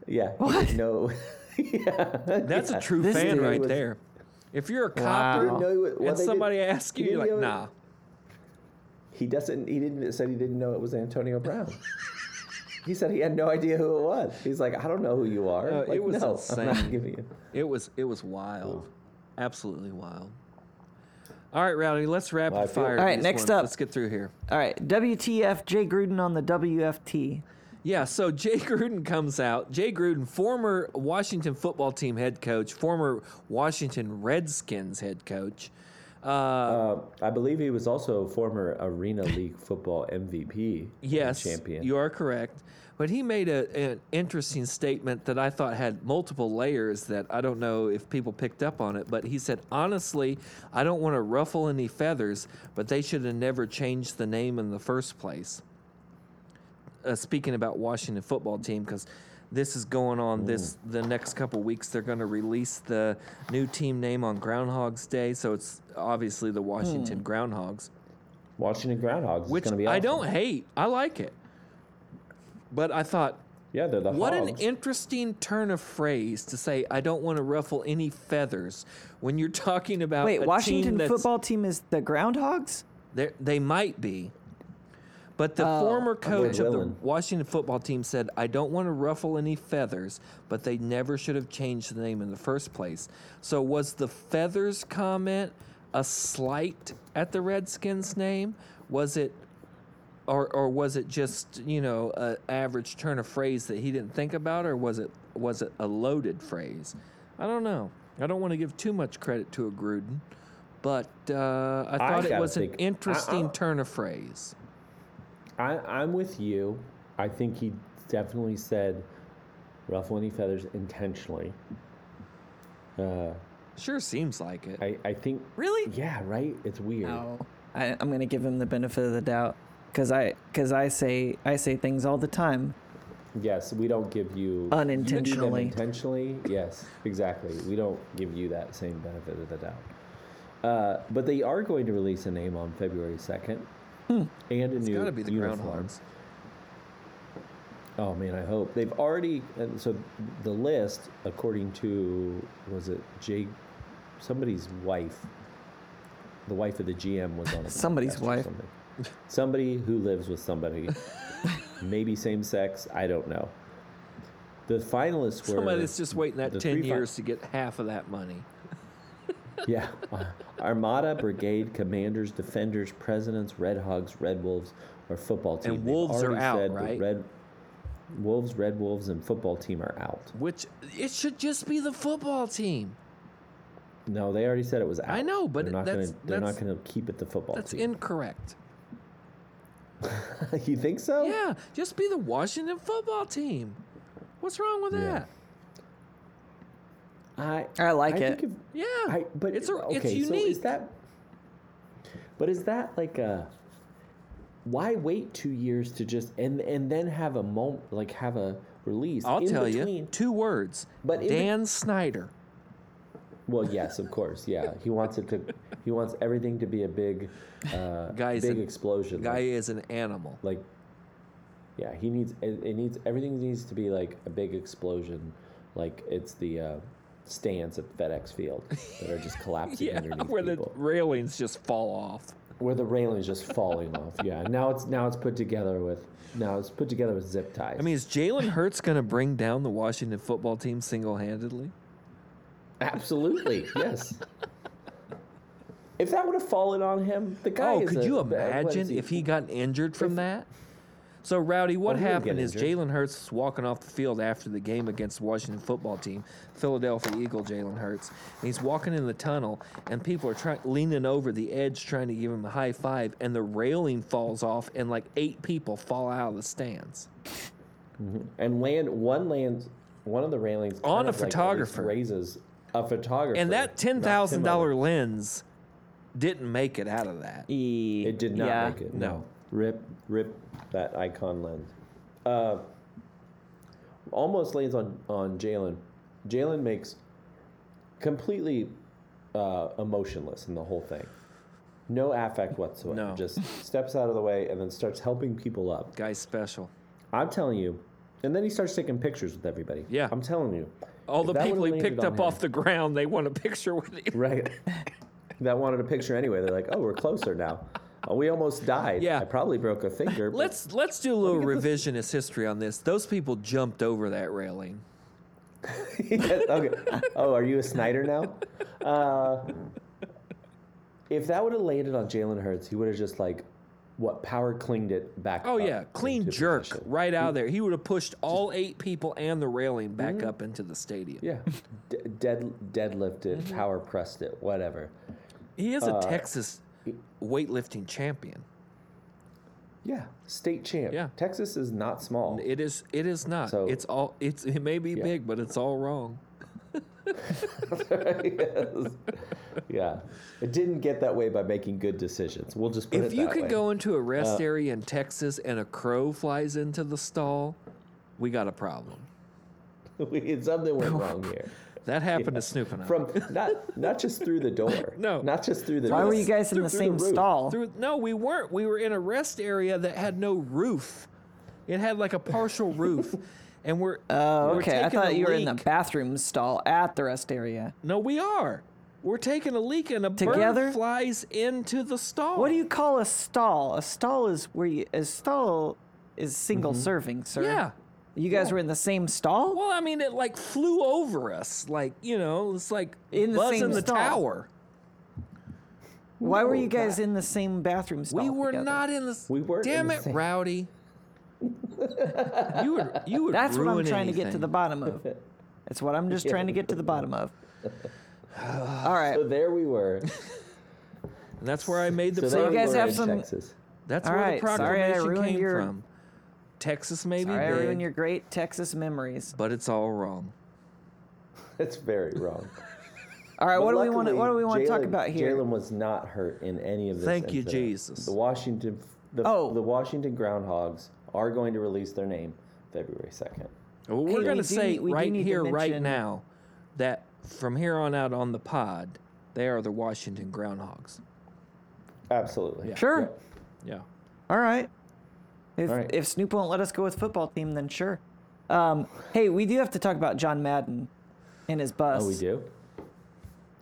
[SPEAKER 1] Yeah, no. yeah,
[SPEAKER 2] That's
[SPEAKER 1] yeah.
[SPEAKER 2] a true
[SPEAKER 3] This
[SPEAKER 2] fan
[SPEAKER 1] dude
[SPEAKER 2] right
[SPEAKER 1] was-
[SPEAKER 2] there. If you're a cop
[SPEAKER 3] Wow.
[SPEAKER 2] or-
[SPEAKER 1] No, he wa- well, they
[SPEAKER 2] and
[SPEAKER 1] did-
[SPEAKER 2] somebody asks you,
[SPEAKER 1] he
[SPEAKER 2] you're like,
[SPEAKER 1] didn't know-
[SPEAKER 2] nah.
[SPEAKER 1] He doesn't. He didn't said he didn't know it was Antonio Brown. he said he had no idea who it was. He's like, I don't know who you are.
[SPEAKER 2] No,
[SPEAKER 1] Like,
[SPEAKER 2] Uh, it was
[SPEAKER 1] no, I'm
[SPEAKER 2] insane.
[SPEAKER 1] not giving you.
[SPEAKER 2] It was it was wild, absolutely wild. All right, Rowdy, let's rapid
[SPEAKER 1] I feel-
[SPEAKER 2] fire.
[SPEAKER 1] All
[SPEAKER 3] right,
[SPEAKER 2] these
[SPEAKER 3] next
[SPEAKER 2] ones.
[SPEAKER 3] up.
[SPEAKER 2] let's get through here.
[SPEAKER 3] All right. WTF? Jay Gruden on the WFT.
[SPEAKER 2] Yeah, so Jay Gruden comes out. Jay Gruden, former Washington football team head coach, former Washington Redskins head coach. Uh,
[SPEAKER 1] Uh, I believe he was also a former Arena League football MVP. and
[SPEAKER 2] Yes,
[SPEAKER 1] champion.
[SPEAKER 2] you are correct. But he made a, an interesting statement that I thought had multiple layers that I don't know if people picked up on it. But he said, honestly, I don't want to ruffle any feathers, but they should have never changed the name in the first place. Uh, speaking about Washington football team, because this is going on this the next couple weeks. They're going to release the new team name on Groundhog's Day, so it's obviously the Washington Groundhogs
[SPEAKER 1] Washington Groundhogs.
[SPEAKER 2] which
[SPEAKER 1] is gonna be
[SPEAKER 2] I
[SPEAKER 1] awesome.
[SPEAKER 2] don't hate. I like it. But I thought,
[SPEAKER 1] Yeah, they're the
[SPEAKER 2] what an
[SPEAKER 1] Hogs.
[SPEAKER 2] interesting turn of phrase to say, I don't want to ruffle any feathers when you're talking about a
[SPEAKER 3] Wait,
[SPEAKER 2] team
[SPEAKER 3] Washington
[SPEAKER 2] that's-
[SPEAKER 3] football team is the Groundhogs?
[SPEAKER 2] they're- They might be. But the former coach of the
[SPEAKER 1] willing.
[SPEAKER 2] Washington football team said, I don't want to ruffle any feathers, but they never should have changed the name in the first place. So was the feathers comment a slight at the Redskins name? Was it or or was it just you know a average turn of phrase that he didn't think about, or was it was it a loaded phrase? I don't know. I don't want to give too much credit to a Gruden, but uh, I thought it
[SPEAKER 1] gotta
[SPEAKER 2] was
[SPEAKER 1] think-
[SPEAKER 2] an
[SPEAKER 1] I- I-
[SPEAKER 2] interesting turn of phrase.
[SPEAKER 1] I, I'm with you. I think he definitely said ruffle any feathers intentionally. Uh,
[SPEAKER 2] Sure seems like it.
[SPEAKER 1] I, I think.
[SPEAKER 3] Really?
[SPEAKER 1] Yeah, right? It's weird.
[SPEAKER 3] No. I, I'm gonna give him the benefit of the doubt because I because I say I say things all the time.
[SPEAKER 1] Yes, we don't give you.
[SPEAKER 3] Unintentionally.
[SPEAKER 1] You do them intentionally? Yes, exactly. We don't give you that same benefit of the doubt. Uh, but they are going to release a name on February 2nd. And a
[SPEAKER 2] it's
[SPEAKER 1] new
[SPEAKER 2] got to be the
[SPEAKER 1] uniform.
[SPEAKER 2] groundhogs.
[SPEAKER 1] Oh man, I hope they've already. and So the list, according to was it Jay, somebody's wife, the wife of the GM was on a
[SPEAKER 3] Somebody's
[SPEAKER 1] podcast or
[SPEAKER 3] wife.
[SPEAKER 1] something. somebody who lives with somebody, maybe same sex. I don't know. The finalists were
[SPEAKER 2] Somebody's just waiting that
[SPEAKER 1] the
[SPEAKER 2] ten
[SPEAKER 1] three fi-
[SPEAKER 2] years to get half of that money.
[SPEAKER 1] yeah, Armada, Brigade, Commanders, Defenders, Presidents, Red Hogs, Red Wolves, or football team.
[SPEAKER 2] And
[SPEAKER 1] They've
[SPEAKER 2] Wolves are
[SPEAKER 1] already
[SPEAKER 2] out,
[SPEAKER 1] said that
[SPEAKER 2] right?
[SPEAKER 1] Red Wolves, Red Wolves, and football team are out.
[SPEAKER 2] Which it should just be the football team.
[SPEAKER 1] No, they already said it was out.
[SPEAKER 2] I know, but
[SPEAKER 1] they're not
[SPEAKER 2] that's-
[SPEAKER 1] gonna, they're
[SPEAKER 2] that's-
[SPEAKER 1] not going to keep it the football
[SPEAKER 2] That's
[SPEAKER 1] team.
[SPEAKER 2] incorrect.
[SPEAKER 1] you think so?
[SPEAKER 2] Yeah, just be the Washington football team. What's wrong with
[SPEAKER 1] Yeah.
[SPEAKER 2] that?
[SPEAKER 1] I
[SPEAKER 3] I like
[SPEAKER 1] I
[SPEAKER 3] it.
[SPEAKER 1] Think
[SPEAKER 2] Yeah,
[SPEAKER 1] if, I, but
[SPEAKER 2] it's a,
[SPEAKER 1] okay,
[SPEAKER 2] it's unique.
[SPEAKER 1] So is that? But is that like a? Why wait two years to just and and then have a moment like have a release?
[SPEAKER 2] I'll
[SPEAKER 1] in
[SPEAKER 2] tell
[SPEAKER 1] between?
[SPEAKER 2] you, two words.
[SPEAKER 1] But in
[SPEAKER 2] Dan Snyder.
[SPEAKER 1] Well, yes, of course, yeah. He wants it to. He wants everything to be a big, uh,
[SPEAKER 2] Guys,
[SPEAKER 1] big
[SPEAKER 2] the
[SPEAKER 1] explosion.
[SPEAKER 2] Guy
[SPEAKER 1] like-
[SPEAKER 2] is an animal.
[SPEAKER 1] like yeah he needs it, it needs everything needs to be like a big explosion like it's the uh, stands at fedex field that are just collapsing
[SPEAKER 2] Yeah,
[SPEAKER 1] underneath
[SPEAKER 2] where
[SPEAKER 1] people
[SPEAKER 2] the railings just fall off.
[SPEAKER 1] where the railing's just falling off yeah now it's now it's put together with now it's put together with zip ties
[SPEAKER 2] I mean, is Jalen Hurts going to bring down the Washington football team single handedly?
[SPEAKER 1] absolutely yes if that would have fallen on him the guy
[SPEAKER 2] Oh,
[SPEAKER 1] is
[SPEAKER 2] could
[SPEAKER 1] a-
[SPEAKER 2] you
[SPEAKER 1] uh, what is
[SPEAKER 2] imagine
[SPEAKER 1] he? Oh,
[SPEAKER 2] if he got injured from that? So, Rowdy, what
[SPEAKER 1] he didn't get
[SPEAKER 2] happened is
[SPEAKER 1] injured.
[SPEAKER 2] Jalen Hurts was walking off the field after the game against the Washington football team, Philadelphia Eagle Jalen Hurts. And he's walking in the tunnel, and people are trying leaning over the edge trying to give him a high five, and the railing falls off, and like eight people fall out of the stands.
[SPEAKER 1] and land one lands one of the railings kind
[SPEAKER 2] On a
[SPEAKER 1] of, like, at least
[SPEAKER 2] photographer.
[SPEAKER 1] raises a photographer
[SPEAKER 2] And that
[SPEAKER 1] knocked him over.
[SPEAKER 2] $10,000 lens didn't make it out of that.
[SPEAKER 3] E-
[SPEAKER 1] It did not
[SPEAKER 3] yeah.
[SPEAKER 1] make it.
[SPEAKER 2] no.
[SPEAKER 1] No. Rip, rip that icon lens. Uh, almost lands on on Jalen. Jalen makes completely uh, emotionless in the whole thing. No affect whatsoever.
[SPEAKER 2] No.
[SPEAKER 1] Just steps out of the way and then starts helping people up.
[SPEAKER 2] Guy's special.
[SPEAKER 1] I'm telling you. And then he starts taking pictures with everybody.
[SPEAKER 2] Yeah.
[SPEAKER 1] I'm telling you.
[SPEAKER 2] All the
[SPEAKER 1] If that
[SPEAKER 2] people he
[SPEAKER 1] would've landed
[SPEAKER 2] picked
[SPEAKER 1] on
[SPEAKER 2] up
[SPEAKER 1] him-
[SPEAKER 2] off the ground, they want a picture with him.
[SPEAKER 1] Right. that wanted a picture anyway. They're like, oh, we're closer now. Oh, we almost died.
[SPEAKER 2] Yeah.
[SPEAKER 1] I probably broke a finger. but-
[SPEAKER 2] Let's let's do a little revisionist history on this. Those people jumped over that railing.
[SPEAKER 1] Yes, okay. Oh, are you a Snyder now? Uh, if that would have landed on Jalen Hurts, he would have just like, what power cleaned it back.
[SPEAKER 2] Oh
[SPEAKER 1] up
[SPEAKER 2] yeah, clean
[SPEAKER 1] into
[SPEAKER 2] jerk
[SPEAKER 1] position.
[SPEAKER 2] right out of there. He would have pushed all eight people and the railing back
[SPEAKER 1] Mm-hmm.
[SPEAKER 2] up into the stadium.
[SPEAKER 1] Yeah, D- dead deadlift it,
[SPEAKER 2] Mm-hmm.
[SPEAKER 1] power pressed it, whatever.
[SPEAKER 2] He is a
[SPEAKER 1] Uh,
[SPEAKER 2] Texas weightlifting champion.
[SPEAKER 1] Yeah, state champ.
[SPEAKER 2] Yeah.
[SPEAKER 1] Texas is not small.
[SPEAKER 2] It is it is not.
[SPEAKER 1] So-
[SPEAKER 2] it's all it's it may be
[SPEAKER 1] Yeah.
[SPEAKER 2] big, but it's all wrong.
[SPEAKER 1] Yes. Yeah, it didn't get that way by making good decisions. We'll just put
[SPEAKER 2] if
[SPEAKER 1] it
[SPEAKER 2] you
[SPEAKER 1] that
[SPEAKER 2] can
[SPEAKER 1] way. Uh,
[SPEAKER 2] go into a rest area in Texas and a crow flies into the stall, we got a problem.
[SPEAKER 1] We- something went wrong here.
[SPEAKER 2] That happened to Snoop and I.
[SPEAKER 1] From not not just through the door.
[SPEAKER 2] No.
[SPEAKER 1] not just through the.
[SPEAKER 3] Why
[SPEAKER 1] door.
[SPEAKER 3] were you guys in
[SPEAKER 1] Through-
[SPEAKER 3] the
[SPEAKER 1] through
[SPEAKER 3] same
[SPEAKER 1] roof.
[SPEAKER 3] stall?
[SPEAKER 2] Through, no, we weren't. We were in a rest area that had no roof. It had like a partial roof, and we're
[SPEAKER 3] Oh,
[SPEAKER 2] we're
[SPEAKER 3] okay. I
[SPEAKER 2] taking a
[SPEAKER 3] thought you were in the
[SPEAKER 2] leak.
[SPEAKER 3] bathroom stall at the rest area.
[SPEAKER 2] No, we are. We're taking a leak, and a
[SPEAKER 3] Together?
[SPEAKER 2] bird flies into the stall.
[SPEAKER 3] What do you call a stall? A stall is where you a stall is single
[SPEAKER 1] Mm-hmm.
[SPEAKER 3] serving, sir.
[SPEAKER 2] Yeah.
[SPEAKER 3] You guys were in the same stall?
[SPEAKER 2] Well, I mean, it like flew over us, like you know, it's like
[SPEAKER 3] In the
[SPEAKER 2] Buzz
[SPEAKER 3] same
[SPEAKER 2] in the
[SPEAKER 3] stall.
[SPEAKER 2] tower.
[SPEAKER 3] Why were you guys in the same bathroom stall?
[SPEAKER 2] We were
[SPEAKER 3] together?
[SPEAKER 2] not in this.
[SPEAKER 1] We weren't in
[SPEAKER 2] Damn
[SPEAKER 1] the
[SPEAKER 2] it, Rowdy. you would. You would.
[SPEAKER 3] That's what I'm
[SPEAKER 2] ruin
[SPEAKER 3] trying to get to
[SPEAKER 2] anything.
[SPEAKER 3] the bottom of. That's what I'm just trying to get to the bottom of. All right.
[SPEAKER 1] So there we were.
[SPEAKER 2] And that's where I made the.
[SPEAKER 1] So there
[SPEAKER 2] pro-
[SPEAKER 3] you guys
[SPEAKER 1] we were
[SPEAKER 3] have
[SPEAKER 1] in
[SPEAKER 3] some-
[SPEAKER 1] Texas.
[SPEAKER 2] that's
[SPEAKER 3] All
[SPEAKER 2] where the
[SPEAKER 3] right, sorry I
[SPEAKER 2] proclamation
[SPEAKER 3] ruined
[SPEAKER 2] came
[SPEAKER 3] your-
[SPEAKER 2] from. Texas may be
[SPEAKER 3] All right,
[SPEAKER 2] big,
[SPEAKER 3] ruin your great Texas memories.
[SPEAKER 2] but it's all wrong.
[SPEAKER 1] That's very wrong.
[SPEAKER 3] All right,
[SPEAKER 1] But
[SPEAKER 3] what do we want?
[SPEAKER 1] luckily,
[SPEAKER 3] to What do we want to talk
[SPEAKER 1] Jalen-
[SPEAKER 3] about here?
[SPEAKER 1] Jalen was not hurt in any of this.
[SPEAKER 2] Thank you,
[SPEAKER 1] incident.
[SPEAKER 2] Jesus.
[SPEAKER 1] The Washington, the,
[SPEAKER 3] Oh.
[SPEAKER 1] the Washington Groundhogs are going to release their name February second.
[SPEAKER 2] Well, we're
[SPEAKER 3] Hey,
[SPEAKER 2] gonna
[SPEAKER 3] we do
[SPEAKER 2] say
[SPEAKER 3] need- we do
[SPEAKER 2] right
[SPEAKER 3] need to
[SPEAKER 2] here, right
[SPEAKER 3] mention-
[SPEAKER 2] now, that from here on out on the pod, they are the Washington Groundhogs.
[SPEAKER 1] Absolutely.
[SPEAKER 3] Sure.
[SPEAKER 1] Yeah.
[SPEAKER 2] Yeah.
[SPEAKER 3] All right. If
[SPEAKER 1] All right.
[SPEAKER 3] if Snoop won't let us go with football team, then sure. Um, hey, we do have to talk about John Madden and his bus.
[SPEAKER 1] Oh, we do.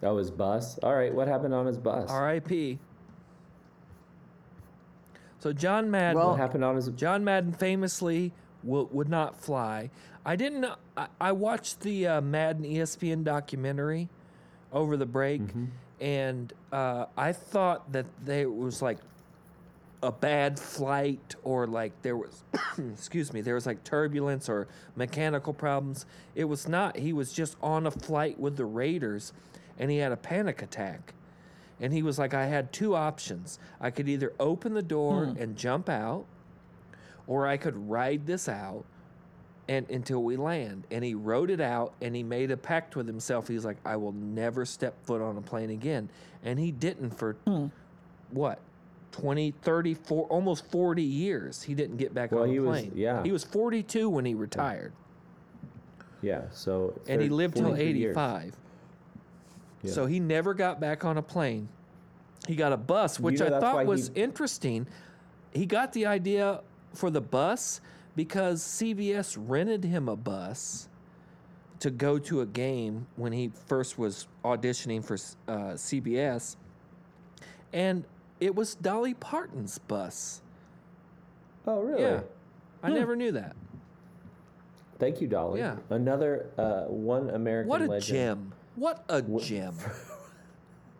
[SPEAKER 1] Oh, his bus. All right. What happened on his bus?
[SPEAKER 2] R.I.P. So John Madden.
[SPEAKER 1] What happened on his?
[SPEAKER 2] John Madden famously w- would not fly. I didn't. know- I, I watched the uh, Madden ESPN documentary over the break, and uh, I thought that there was like a bad flight or like there was excuse me there was like turbulence or mechanical problems it was not he was just on a flight with the raiders and he had a panic attack and he was like i had two options i could either open the door and jump out or i could ride this out and until we land and he wrote it out and he made a pact with himself he's like i will never step foot on a plane again and he didn't for what 20 30 four, almost 40 years he didn't get back
[SPEAKER 1] Well,
[SPEAKER 2] on
[SPEAKER 1] he
[SPEAKER 2] a
[SPEAKER 1] was-
[SPEAKER 2] plane
[SPEAKER 1] yeah.
[SPEAKER 2] he was 42 when he retired
[SPEAKER 1] Yeah. So.
[SPEAKER 2] and he
[SPEAKER 1] thir-
[SPEAKER 2] lived till
[SPEAKER 1] 43 years.
[SPEAKER 2] 85
[SPEAKER 1] Yeah.
[SPEAKER 2] so he never got back on a plane he got a bus which
[SPEAKER 1] know
[SPEAKER 2] i
[SPEAKER 1] that's why
[SPEAKER 2] thought
[SPEAKER 1] he-
[SPEAKER 2] was interesting he got the idea for the bus because cbs rented him a bus to go to a game when he first was auditioning for uh, cbs and it was dolly parton's bus
[SPEAKER 1] Oh, really?
[SPEAKER 2] yeah
[SPEAKER 1] Hmm.
[SPEAKER 2] i never knew that
[SPEAKER 1] Thank you, Dolly.
[SPEAKER 2] Yeah.
[SPEAKER 1] Another uh, one American
[SPEAKER 2] what a
[SPEAKER 1] legend.
[SPEAKER 2] gem what a gem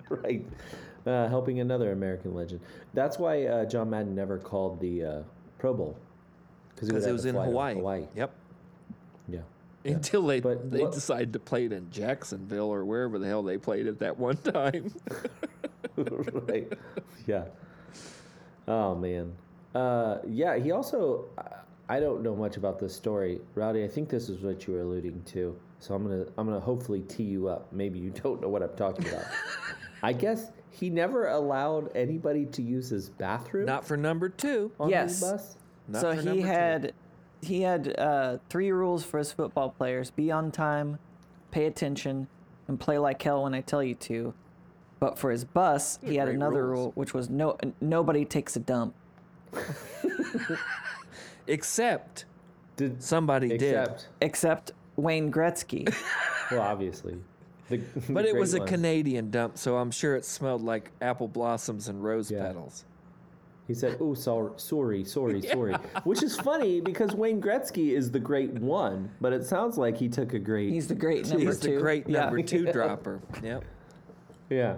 [SPEAKER 1] right. Uh, helping another American legend. That's why uh, John Madden never called the uh, Pro Bowl because
[SPEAKER 2] because it was in Hawaii. Yep.
[SPEAKER 1] Yeah.
[SPEAKER 2] Until they
[SPEAKER 1] But
[SPEAKER 2] they
[SPEAKER 1] what-
[SPEAKER 2] decided to play it in Jacksonville or wherever the hell they played it that one time.
[SPEAKER 1] right. Yeah. Oh man. Uh, yeah. He also. I- I don't know much about this story, Rowdy. I think this is what you were alluding to. So I'm gonna I'm gonna hopefully tee you up. Maybe you don't know what I'm talking about. I guess he never allowed anybody to use his bathroom
[SPEAKER 2] Not for number two.
[SPEAKER 1] on
[SPEAKER 3] Yes.
[SPEAKER 1] his bus.
[SPEAKER 2] Not
[SPEAKER 3] so
[SPEAKER 2] for
[SPEAKER 3] he
[SPEAKER 2] number two.
[SPEAKER 3] had he had uh, three rules for his football players: be on time, pay attention, and play like hell when I tell you to. But for his bus, he had
[SPEAKER 2] great
[SPEAKER 3] another
[SPEAKER 2] rules.
[SPEAKER 3] rule, which was no nobody takes a dump.
[SPEAKER 2] except
[SPEAKER 1] Did
[SPEAKER 2] somebody
[SPEAKER 1] except
[SPEAKER 3] except Wayne Gretzky.
[SPEAKER 1] well, obviously. The,
[SPEAKER 2] did. But it was a Canadian dump, so I'm sure it smelled like apple blossoms and rose
[SPEAKER 1] Yeah.
[SPEAKER 2] petals.
[SPEAKER 1] He said, "Oh, sorry, sorry, sorry, sorry," which is funny because Wayne Gretzky is the great one, but it sounds like he took a great.
[SPEAKER 3] He's the great number
[SPEAKER 2] He's
[SPEAKER 3] two.
[SPEAKER 2] the great
[SPEAKER 3] Yeah.
[SPEAKER 2] number two dropper. Yep.
[SPEAKER 1] yeah.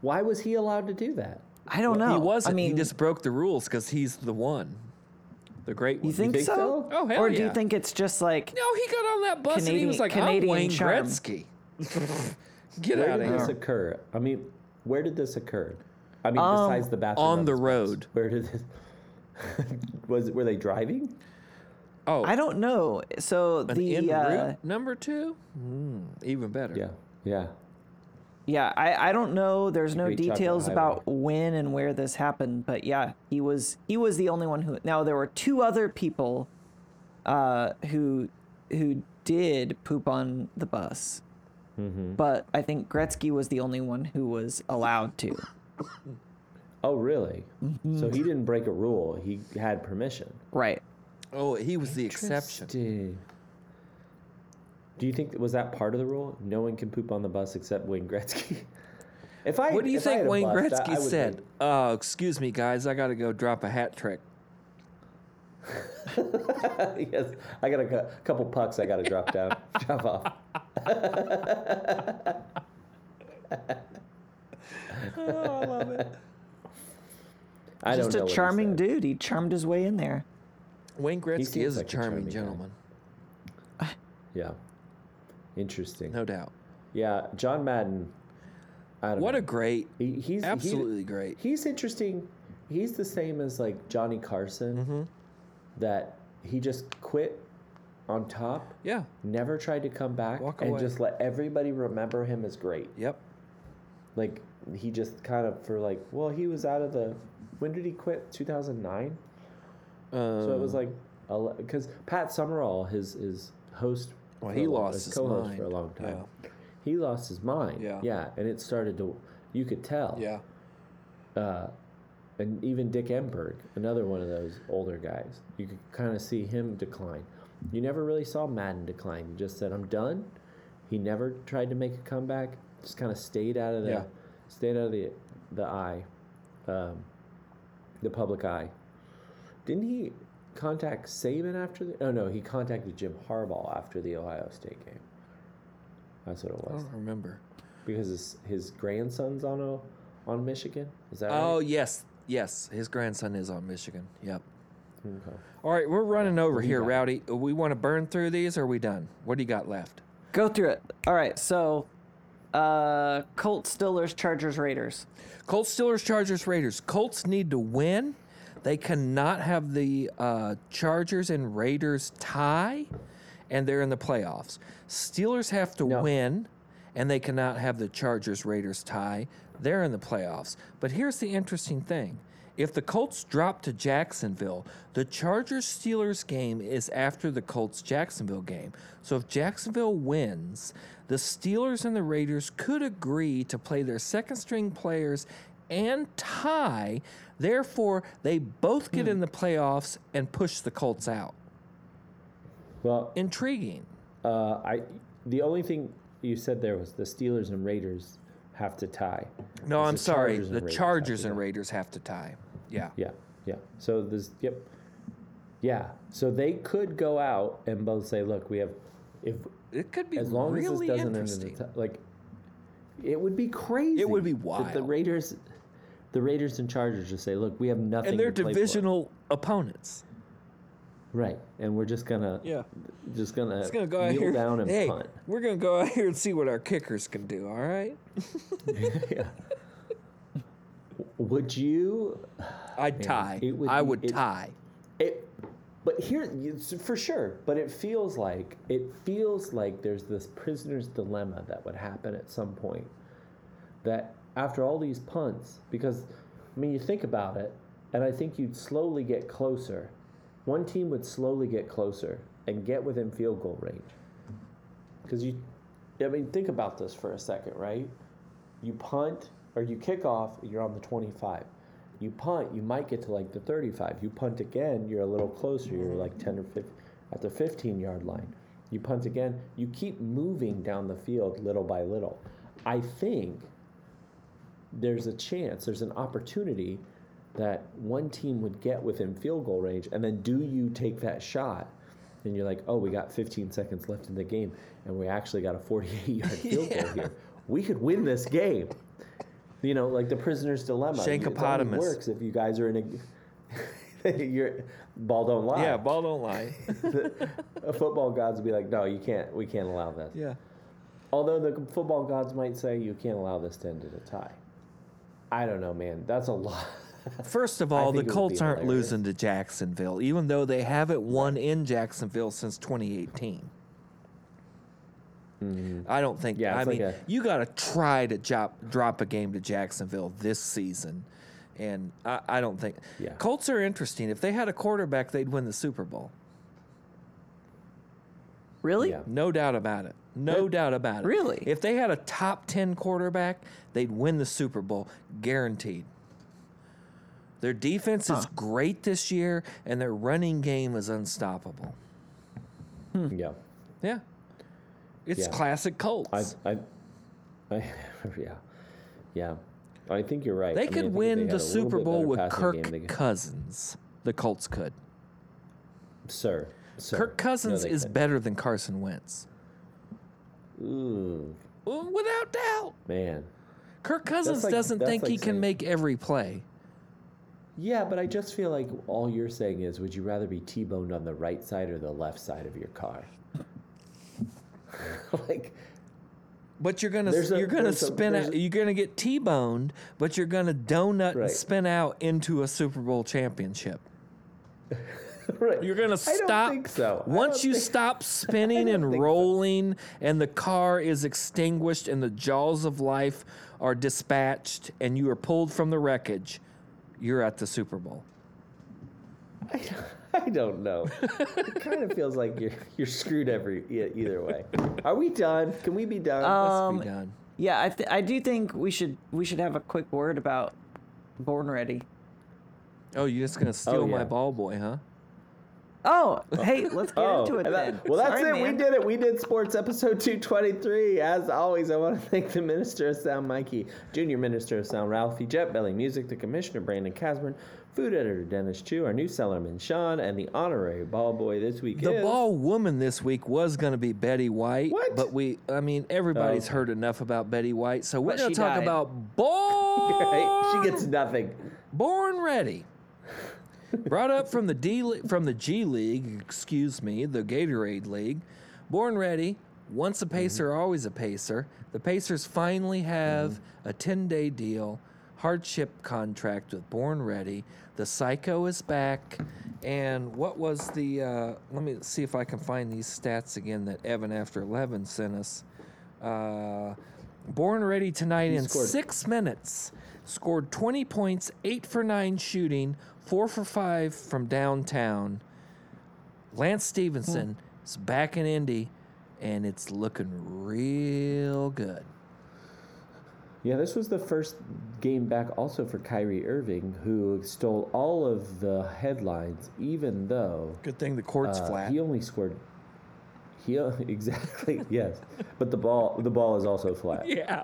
[SPEAKER 1] Why was he allowed to do that?
[SPEAKER 3] I don't know.
[SPEAKER 2] he wasn't.
[SPEAKER 3] I mean,
[SPEAKER 2] he just broke the rules because he's the one, the great one.
[SPEAKER 3] you think,
[SPEAKER 1] think
[SPEAKER 3] so?
[SPEAKER 1] so?
[SPEAKER 2] Oh, hell
[SPEAKER 3] or do you
[SPEAKER 2] yeah.
[SPEAKER 3] think it's just like
[SPEAKER 2] No, he got on that bus and he
[SPEAKER 3] Canadian-
[SPEAKER 2] was like,
[SPEAKER 3] Canadian
[SPEAKER 2] "I'm Wayne
[SPEAKER 3] charm."
[SPEAKER 2] Gretzky." Get
[SPEAKER 1] Where
[SPEAKER 2] out of
[SPEAKER 1] did this
[SPEAKER 2] here.
[SPEAKER 1] occur? I mean, where did this occur? I mean,
[SPEAKER 3] Um,
[SPEAKER 1] besides the bathroom
[SPEAKER 2] on
[SPEAKER 1] of
[SPEAKER 2] the
[SPEAKER 1] his bus,
[SPEAKER 2] road.
[SPEAKER 1] Where did this? was were they driving?
[SPEAKER 2] Oh,
[SPEAKER 3] I don't know. So
[SPEAKER 2] an
[SPEAKER 3] the
[SPEAKER 2] in
[SPEAKER 3] uh,
[SPEAKER 2] route number two, mm, even better.
[SPEAKER 1] Yeah, yeah.
[SPEAKER 3] yeah, I, I don't know. There's no
[SPEAKER 1] Great Chocolate
[SPEAKER 3] details
[SPEAKER 1] Highway.
[SPEAKER 3] about when and where this happened, but yeah, he was he was the only one who. Now there were two other people uh, who who did poop on the bus,
[SPEAKER 1] Mm-hmm.
[SPEAKER 3] but I think Gretzky was the only one who was allowed to.
[SPEAKER 1] Oh, really?
[SPEAKER 3] Mm-hmm.
[SPEAKER 1] So he didn't break a rule. He had permission.
[SPEAKER 3] Right.
[SPEAKER 2] Oh, he was the exception.
[SPEAKER 1] Interesting. Do you think was that part of the rule? No one can poop on the bus except Wayne Gretzky. If I
[SPEAKER 2] What do you
[SPEAKER 1] if I had
[SPEAKER 2] think
[SPEAKER 1] a
[SPEAKER 2] Wayne
[SPEAKER 1] bus, I-
[SPEAKER 2] Gretzky
[SPEAKER 1] I would
[SPEAKER 2] said?
[SPEAKER 1] think-
[SPEAKER 2] Oh, excuse me, guys, I got to go drop a hat trick.
[SPEAKER 1] yes, I got a cou- couple pucks I got to drop down, drop off.
[SPEAKER 2] Oh, I love it.
[SPEAKER 1] I
[SPEAKER 3] Just
[SPEAKER 1] don't know.
[SPEAKER 3] a
[SPEAKER 1] what he
[SPEAKER 3] charming
[SPEAKER 1] said.
[SPEAKER 3] dude. He charmed his way in there.
[SPEAKER 2] Wayne Gretzky
[SPEAKER 1] seems
[SPEAKER 2] is a
[SPEAKER 1] like a
[SPEAKER 2] charming,
[SPEAKER 1] charming guy.
[SPEAKER 2] gentleman,
[SPEAKER 1] Yeah. Interesting.
[SPEAKER 2] no doubt.
[SPEAKER 1] Yeah, John Madden. I don't
[SPEAKER 2] What
[SPEAKER 1] know.
[SPEAKER 2] a great,
[SPEAKER 1] He, he's he-
[SPEAKER 2] absolutely great.
[SPEAKER 1] he's interesting. He's the same as like Johnny Carson,
[SPEAKER 2] Mm-hmm.
[SPEAKER 1] that he just quit on top,
[SPEAKER 2] Yeah.
[SPEAKER 1] never tried to come back,
[SPEAKER 2] Walk
[SPEAKER 1] and
[SPEAKER 2] away.
[SPEAKER 1] just let everybody remember him as great.
[SPEAKER 2] Yep.
[SPEAKER 1] Like he just kind of for like, well, he was out of the. When did he quit? Two thousand nine.
[SPEAKER 2] Um,
[SPEAKER 1] So it was like, because Pat Summerall, his his host,
[SPEAKER 2] Well,
[SPEAKER 1] for
[SPEAKER 2] he
[SPEAKER 1] a long-
[SPEAKER 2] lost his
[SPEAKER 1] co-host
[SPEAKER 2] mind.
[SPEAKER 1] for a long time. He lost his mind.
[SPEAKER 2] Yeah.
[SPEAKER 1] yeah, and it started to, you could tell.
[SPEAKER 2] yeah.
[SPEAKER 1] uh, and even Dick Emberg, another one of those older guys, you could kind of see him decline. You never really saw Madden decline. He just said, "I'm done." He never tried to make a comeback. Just kind of stayed out of the,
[SPEAKER 2] Yeah.
[SPEAKER 1] stayed out of the the eye, um, the public eye. Didn't he contact Saban after the? Oh no, he contacted Jim Harbaugh after the Ohio State game. That's what it
[SPEAKER 2] I
[SPEAKER 1] was
[SPEAKER 2] don't remember.
[SPEAKER 1] because his, his grandson's on a, on Michigan. Is that right?
[SPEAKER 2] Oh yes, yes. His grandson is on Michigan. Yep.
[SPEAKER 1] Okay.
[SPEAKER 2] All right, we're running over here,
[SPEAKER 1] got?
[SPEAKER 2] Rowdy. We want to burn through these, or are we done? What do you got left?
[SPEAKER 3] Go through it. All right. So, uh, Colts, Steelers, Chargers, Raiders.
[SPEAKER 2] Colts, Steelers, Chargers, Raiders. Colts need to win. They cannot have the uh, Chargers and Raiders tie, and they're in the playoffs. Steelers have to
[SPEAKER 1] No.
[SPEAKER 2] win, and they cannot have the Chargers Raiders tie. They're in the playoffs. But here's the interesting thing if the Colts drop to Jacksonville, the Chargers Steelers game is after the Colts Jacksonville game. So if Jacksonville wins, the Steelers and the Raiders could agree to play their second string players and tie. Therefore, they both get in the playoffs and push the Colts out.
[SPEAKER 1] Well,
[SPEAKER 2] Intriguing.
[SPEAKER 1] uh, I the only thing you said there was the Steelers and Raiders have to tie.
[SPEAKER 2] No,
[SPEAKER 1] It's
[SPEAKER 2] I'm
[SPEAKER 1] the
[SPEAKER 2] sorry.
[SPEAKER 1] Chargers and
[SPEAKER 2] the
[SPEAKER 1] Raiders have
[SPEAKER 2] Chargers
[SPEAKER 1] to
[SPEAKER 2] and
[SPEAKER 1] tie.
[SPEAKER 2] Raiders have to tie. Yeah.
[SPEAKER 1] Yeah, yeah. So this, yep, yeah. So they could go out and both say, "Look, we have," if
[SPEAKER 2] It could be
[SPEAKER 1] as long as this
[SPEAKER 2] really
[SPEAKER 1] doesn't end
[SPEAKER 2] interesting.
[SPEAKER 1] in a tie, like, it would be crazy.
[SPEAKER 2] would be
[SPEAKER 1] that The
[SPEAKER 2] wild.
[SPEAKER 1] Raiders, the Raiders and Chargers just say, "Look, we have nothing."
[SPEAKER 2] and they're
[SPEAKER 1] to play for."
[SPEAKER 2] divisional opponents.
[SPEAKER 1] right? And we're just gonna, just gonna,
[SPEAKER 2] It's gonna go out
[SPEAKER 1] kneel
[SPEAKER 2] here.
[SPEAKER 1] down and
[SPEAKER 2] hey,
[SPEAKER 1] punt.
[SPEAKER 2] we're gonna go out here and see what our kickers can do. All right.
[SPEAKER 1] yeah. Would you?
[SPEAKER 2] I'd tie.
[SPEAKER 1] it would
[SPEAKER 2] I
[SPEAKER 1] be-
[SPEAKER 2] would
[SPEAKER 1] it-
[SPEAKER 2] tie.
[SPEAKER 1] It, but here, it's for sure. But it feels like it feels like there's this prisoner's dilemma that would happen at some point. That after all these punts, because I mean, you think about it, and I think you'd slowly get closer. One team would slowly get closer and get within field goal range. Because you, I mean, think about this for a second, right? you punt or you kick off, you're on the 25. You punt, you might get to like the 35. You punt again, you're a little closer. You're like 10 or 15 at the 15 yard line. You punt again, you keep moving down the field little by little. I think there's a chance, there's an opportunity that one team would get within field goal range, and then do you take that shot? And you're like, oh, we got 15 seconds left in the game, and we actually got a 48 yard field goal here. We could win this game. You know, like the prisoner's dilemma. It only
[SPEAKER 2] Shankopotamus.
[SPEAKER 1] works if you guys are in a. your ball don't lie.
[SPEAKER 2] Yeah, ball don't lie.
[SPEAKER 1] The football gods would be like, no, you can't. We can't allow this.
[SPEAKER 2] yeah.
[SPEAKER 1] Although the football gods might say you can't allow this to end in a tie. I don't know, man. That's a lot.
[SPEAKER 2] First of all,
[SPEAKER 1] think
[SPEAKER 2] the
[SPEAKER 1] it would be
[SPEAKER 2] Colts aren't
[SPEAKER 1] hilarious.
[SPEAKER 2] losing to Jacksonville, even though they haven't won in Jacksonville since 2018. I don't think.
[SPEAKER 1] Mm-hmm. Yeah,
[SPEAKER 2] I
[SPEAKER 1] it's like
[SPEAKER 2] mean,
[SPEAKER 1] a-
[SPEAKER 2] you got to try to drop drop a game to Jacksonville this season, and I, I don't think.
[SPEAKER 1] Yeah.
[SPEAKER 2] Colts are interesting. If they had a quarterback, they'd win the Super Bowl.
[SPEAKER 3] Really?
[SPEAKER 1] Yeah.
[SPEAKER 2] No doubt about it. No doubt about it.
[SPEAKER 3] Really?
[SPEAKER 2] If they had a top 10 quarterback, they'd win the Super Bowl, guaranteed. Their defense is great this year, and their running game is unstoppable.
[SPEAKER 1] yeah.
[SPEAKER 2] Yeah. It's
[SPEAKER 1] Yeah.
[SPEAKER 2] classic
[SPEAKER 1] I,
[SPEAKER 2] Colts.
[SPEAKER 1] I, I, yeah, yeah. I think you're right. I
[SPEAKER 2] they
[SPEAKER 1] mean, I
[SPEAKER 2] could
[SPEAKER 1] think if
[SPEAKER 2] win
[SPEAKER 1] they had
[SPEAKER 2] the
[SPEAKER 1] a little
[SPEAKER 2] Super
[SPEAKER 1] bit
[SPEAKER 2] Bowl
[SPEAKER 1] better
[SPEAKER 2] with
[SPEAKER 1] passing game,
[SPEAKER 2] Kirk
[SPEAKER 1] they could-
[SPEAKER 2] Cousins. The Colts could.
[SPEAKER 1] sir, sir.
[SPEAKER 2] Kirk Cousins
[SPEAKER 1] No, they
[SPEAKER 2] is
[SPEAKER 1] couldn't.
[SPEAKER 2] better than Carson Wentz.
[SPEAKER 1] Ooh,
[SPEAKER 2] Well, Without doubt.
[SPEAKER 1] man.
[SPEAKER 2] Kirk Cousins
[SPEAKER 1] like-
[SPEAKER 2] doesn't
[SPEAKER 1] that's
[SPEAKER 2] think he
[SPEAKER 1] like
[SPEAKER 2] can
[SPEAKER 1] saying-
[SPEAKER 2] make every play.
[SPEAKER 1] Yeah, but I just feel like all you're saying is, would you rather be T-boned on the right side or the left side of your car? like,
[SPEAKER 2] But you're gonna
[SPEAKER 1] There's a-
[SPEAKER 2] you're gonna
[SPEAKER 1] there's a-
[SPEAKER 2] spin
[SPEAKER 1] there's
[SPEAKER 2] out,
[SPEAKER 1] a-
[SPEAKER 2] you're gonna get T-boned, but you're gonna donut
[SPEAKER 1] Right.
[SPEAKER 2] and spin out into a Super Bowl championship.
[SPEAKER 1] right?
[SPEAKER 2] You're gonna
[SPEAKER 1] I
[SPEAKER 2] stop.
[SPEAKER 1] don't think so. I
[SPEAKER 2] Once
[SPEAKER 1] don't
[SPEAKER 2] you
[SPEAKER 1] think-
[SPEAKER 2] stop spinning and
[SPEAKER 1] think so.
[SPEAKER 2] rolling, and the car is extinguished, and the jaws of life are dispatched, and you are pulled from the wreckage, you're at the Super Bowl.
[SPEAKER 1] I don't know. it kind of feels like you're you're screwed every e- either way. Are we done? Can we be done?
[SPEAKER 2] Let's
[SPEAKER 3] Um,
[SPEAKER 2] be done.
[SPEAKER 3] yeah, I, th- I do think we should we should have a quick word about Born Ready.
[SPEAKER 2] Oh, you're just gonna steal my
[SPEAKER 1] yeah.
[SPEAKER 2] ball boy, huh?
[SPEAKER 3] Oh, hey, let's get into it
[SPEAKER 1] and that-
[SPEAKER 3] then.
[SPEAKER 1] Well, that's
[SPEAKER 3] Sorry,
[SPEAKER 1] it.
[SPEAKER 3] man.
[SPEAKER 1] We did it. We did sports episode 223. As always, I want to thank the Minister of Sound, Mikey, Junior Minister of Sound, Ralphie, Jet Belly Music, the Commissioner, Brandon Casburn, Food Editor, Dennis Chu, our new cellarman, Sean, and the honorary ball boy this week
[SPEAKER 2] The
[SPEAKER 1] is...
[SPEAKER 2] ball woman this week was going to be Betty White,
[SPEAKER 1] What?
[SPEAKER 2] but we, I mean, everybody's
[SPEAKER 1] Oh.
[SPEAKER 2] heard enough about Betty White, so we're
[SPEAKER 3] But
[SPEAKER 2] going
[SPEAKER 3] she
[SPEAKER 2] to talk
[SPEAKER 3] died.
[SPEAKER 2] about born,
[SPEAKER 1] Right? She gets nothing.
[SPEAKER 2] born ready. Brought up from the D Le- from the G League, excuse me, the Gatorade League. Born ready, once a pacer, always a pacer. The Pacers finally have a 10-day deal, hardship contract with Born Ready. The psycho is back. And what was the? Uh, let me see if I can find these stats again that Evan after eleven sent us. Uh, Born ready tonight in
[SPEAKER 1] scored-
[SPEAKER 2] six minutes, scored twenty points, eight for nine shooting, four for five from downtown. Lance Stevenson is back in Indy, and it's looking real good.
[SPEAKER 1] Yeah, this was the first game back also for Kyrie Irving, who stole all of the headlines, even though
[SPEAKER 2] Good thing the court's
[SPEAKER 1] Uh,
[SPEAKER 2] flat.
[SPEAKER 1] He only scored. He o- exactly yes, but the ball the ball is also flat.
[SPEAKER 2] Yeah,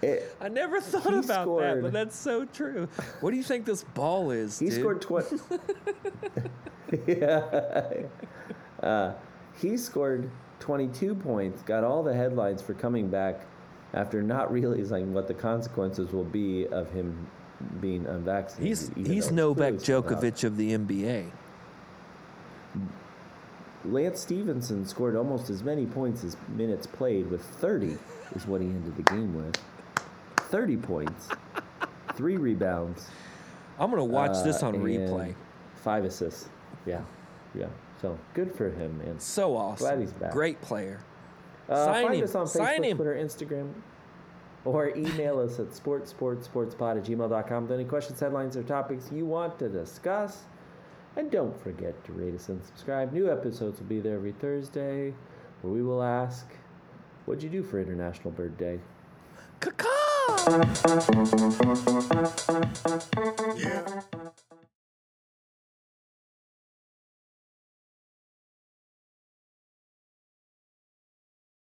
[SPEAKER 1] It-
[SPEAKER 2] I never thought
[SPEAKER 1] He
[SPEAKER 2] about that, but
[SPEAKER 1] scored-
[SPEAKER 2] that's so true. What do you think this ball is?
[SPEAKER 1] he
[SPEAKER 2] dude?
[SPEAKER 1] scored twenty. yeah. Uh, he scored twenty two points. Got all the headlines for coming back after not realizing what the consequences will be of him being unvaccinated.
[SPEAKER 2] He's
[SPEAKER 1] even
[SPEAKER 2] he's
[SPEAKER 1] though it's
[SPEAKER 2] Novak
[SPEAKER 1] clearly somehow-
[SPEAKER 2] Djokovic of the NBA.
[SPEAKER 1] Lance Stevenson scored almost as many points as minutes played, with 30 is what he ended the game with. 30 points, three rebounds.
[SPEAKER 2] I'm gonna watch this
[SPEAKER 1] uh,
[SPEAKER 2] on
[SPEAKER 1] and
[SPEAKER 2] replay.
[SPEAKER 1] Five assists. Yeah, yeah. So good for him, man.
[SPEAKER 2] So awesome.
[SPEAKER 1] Glad he's back.
[SPEAKER 2] Great player.
[SPEAKER 1] Uh,
[SPEAKER 2] Sign
[SPEAKER 1] find
[SPEAKER 2] him.
[SPEAKER 1] us on Facebook,
[SPEAKER 2] Sign him.
[SPEAKER 1] Twitter, Instagram, or email us at sportsportsportspod at gmail.com with any questions, headlines, or topics you want to discuss. And don't forget to rate us and subscribe. New episodes will be there every Thursday where we will ask, What'd you do for International Bird Day?
[SPEAKER 2] Caca!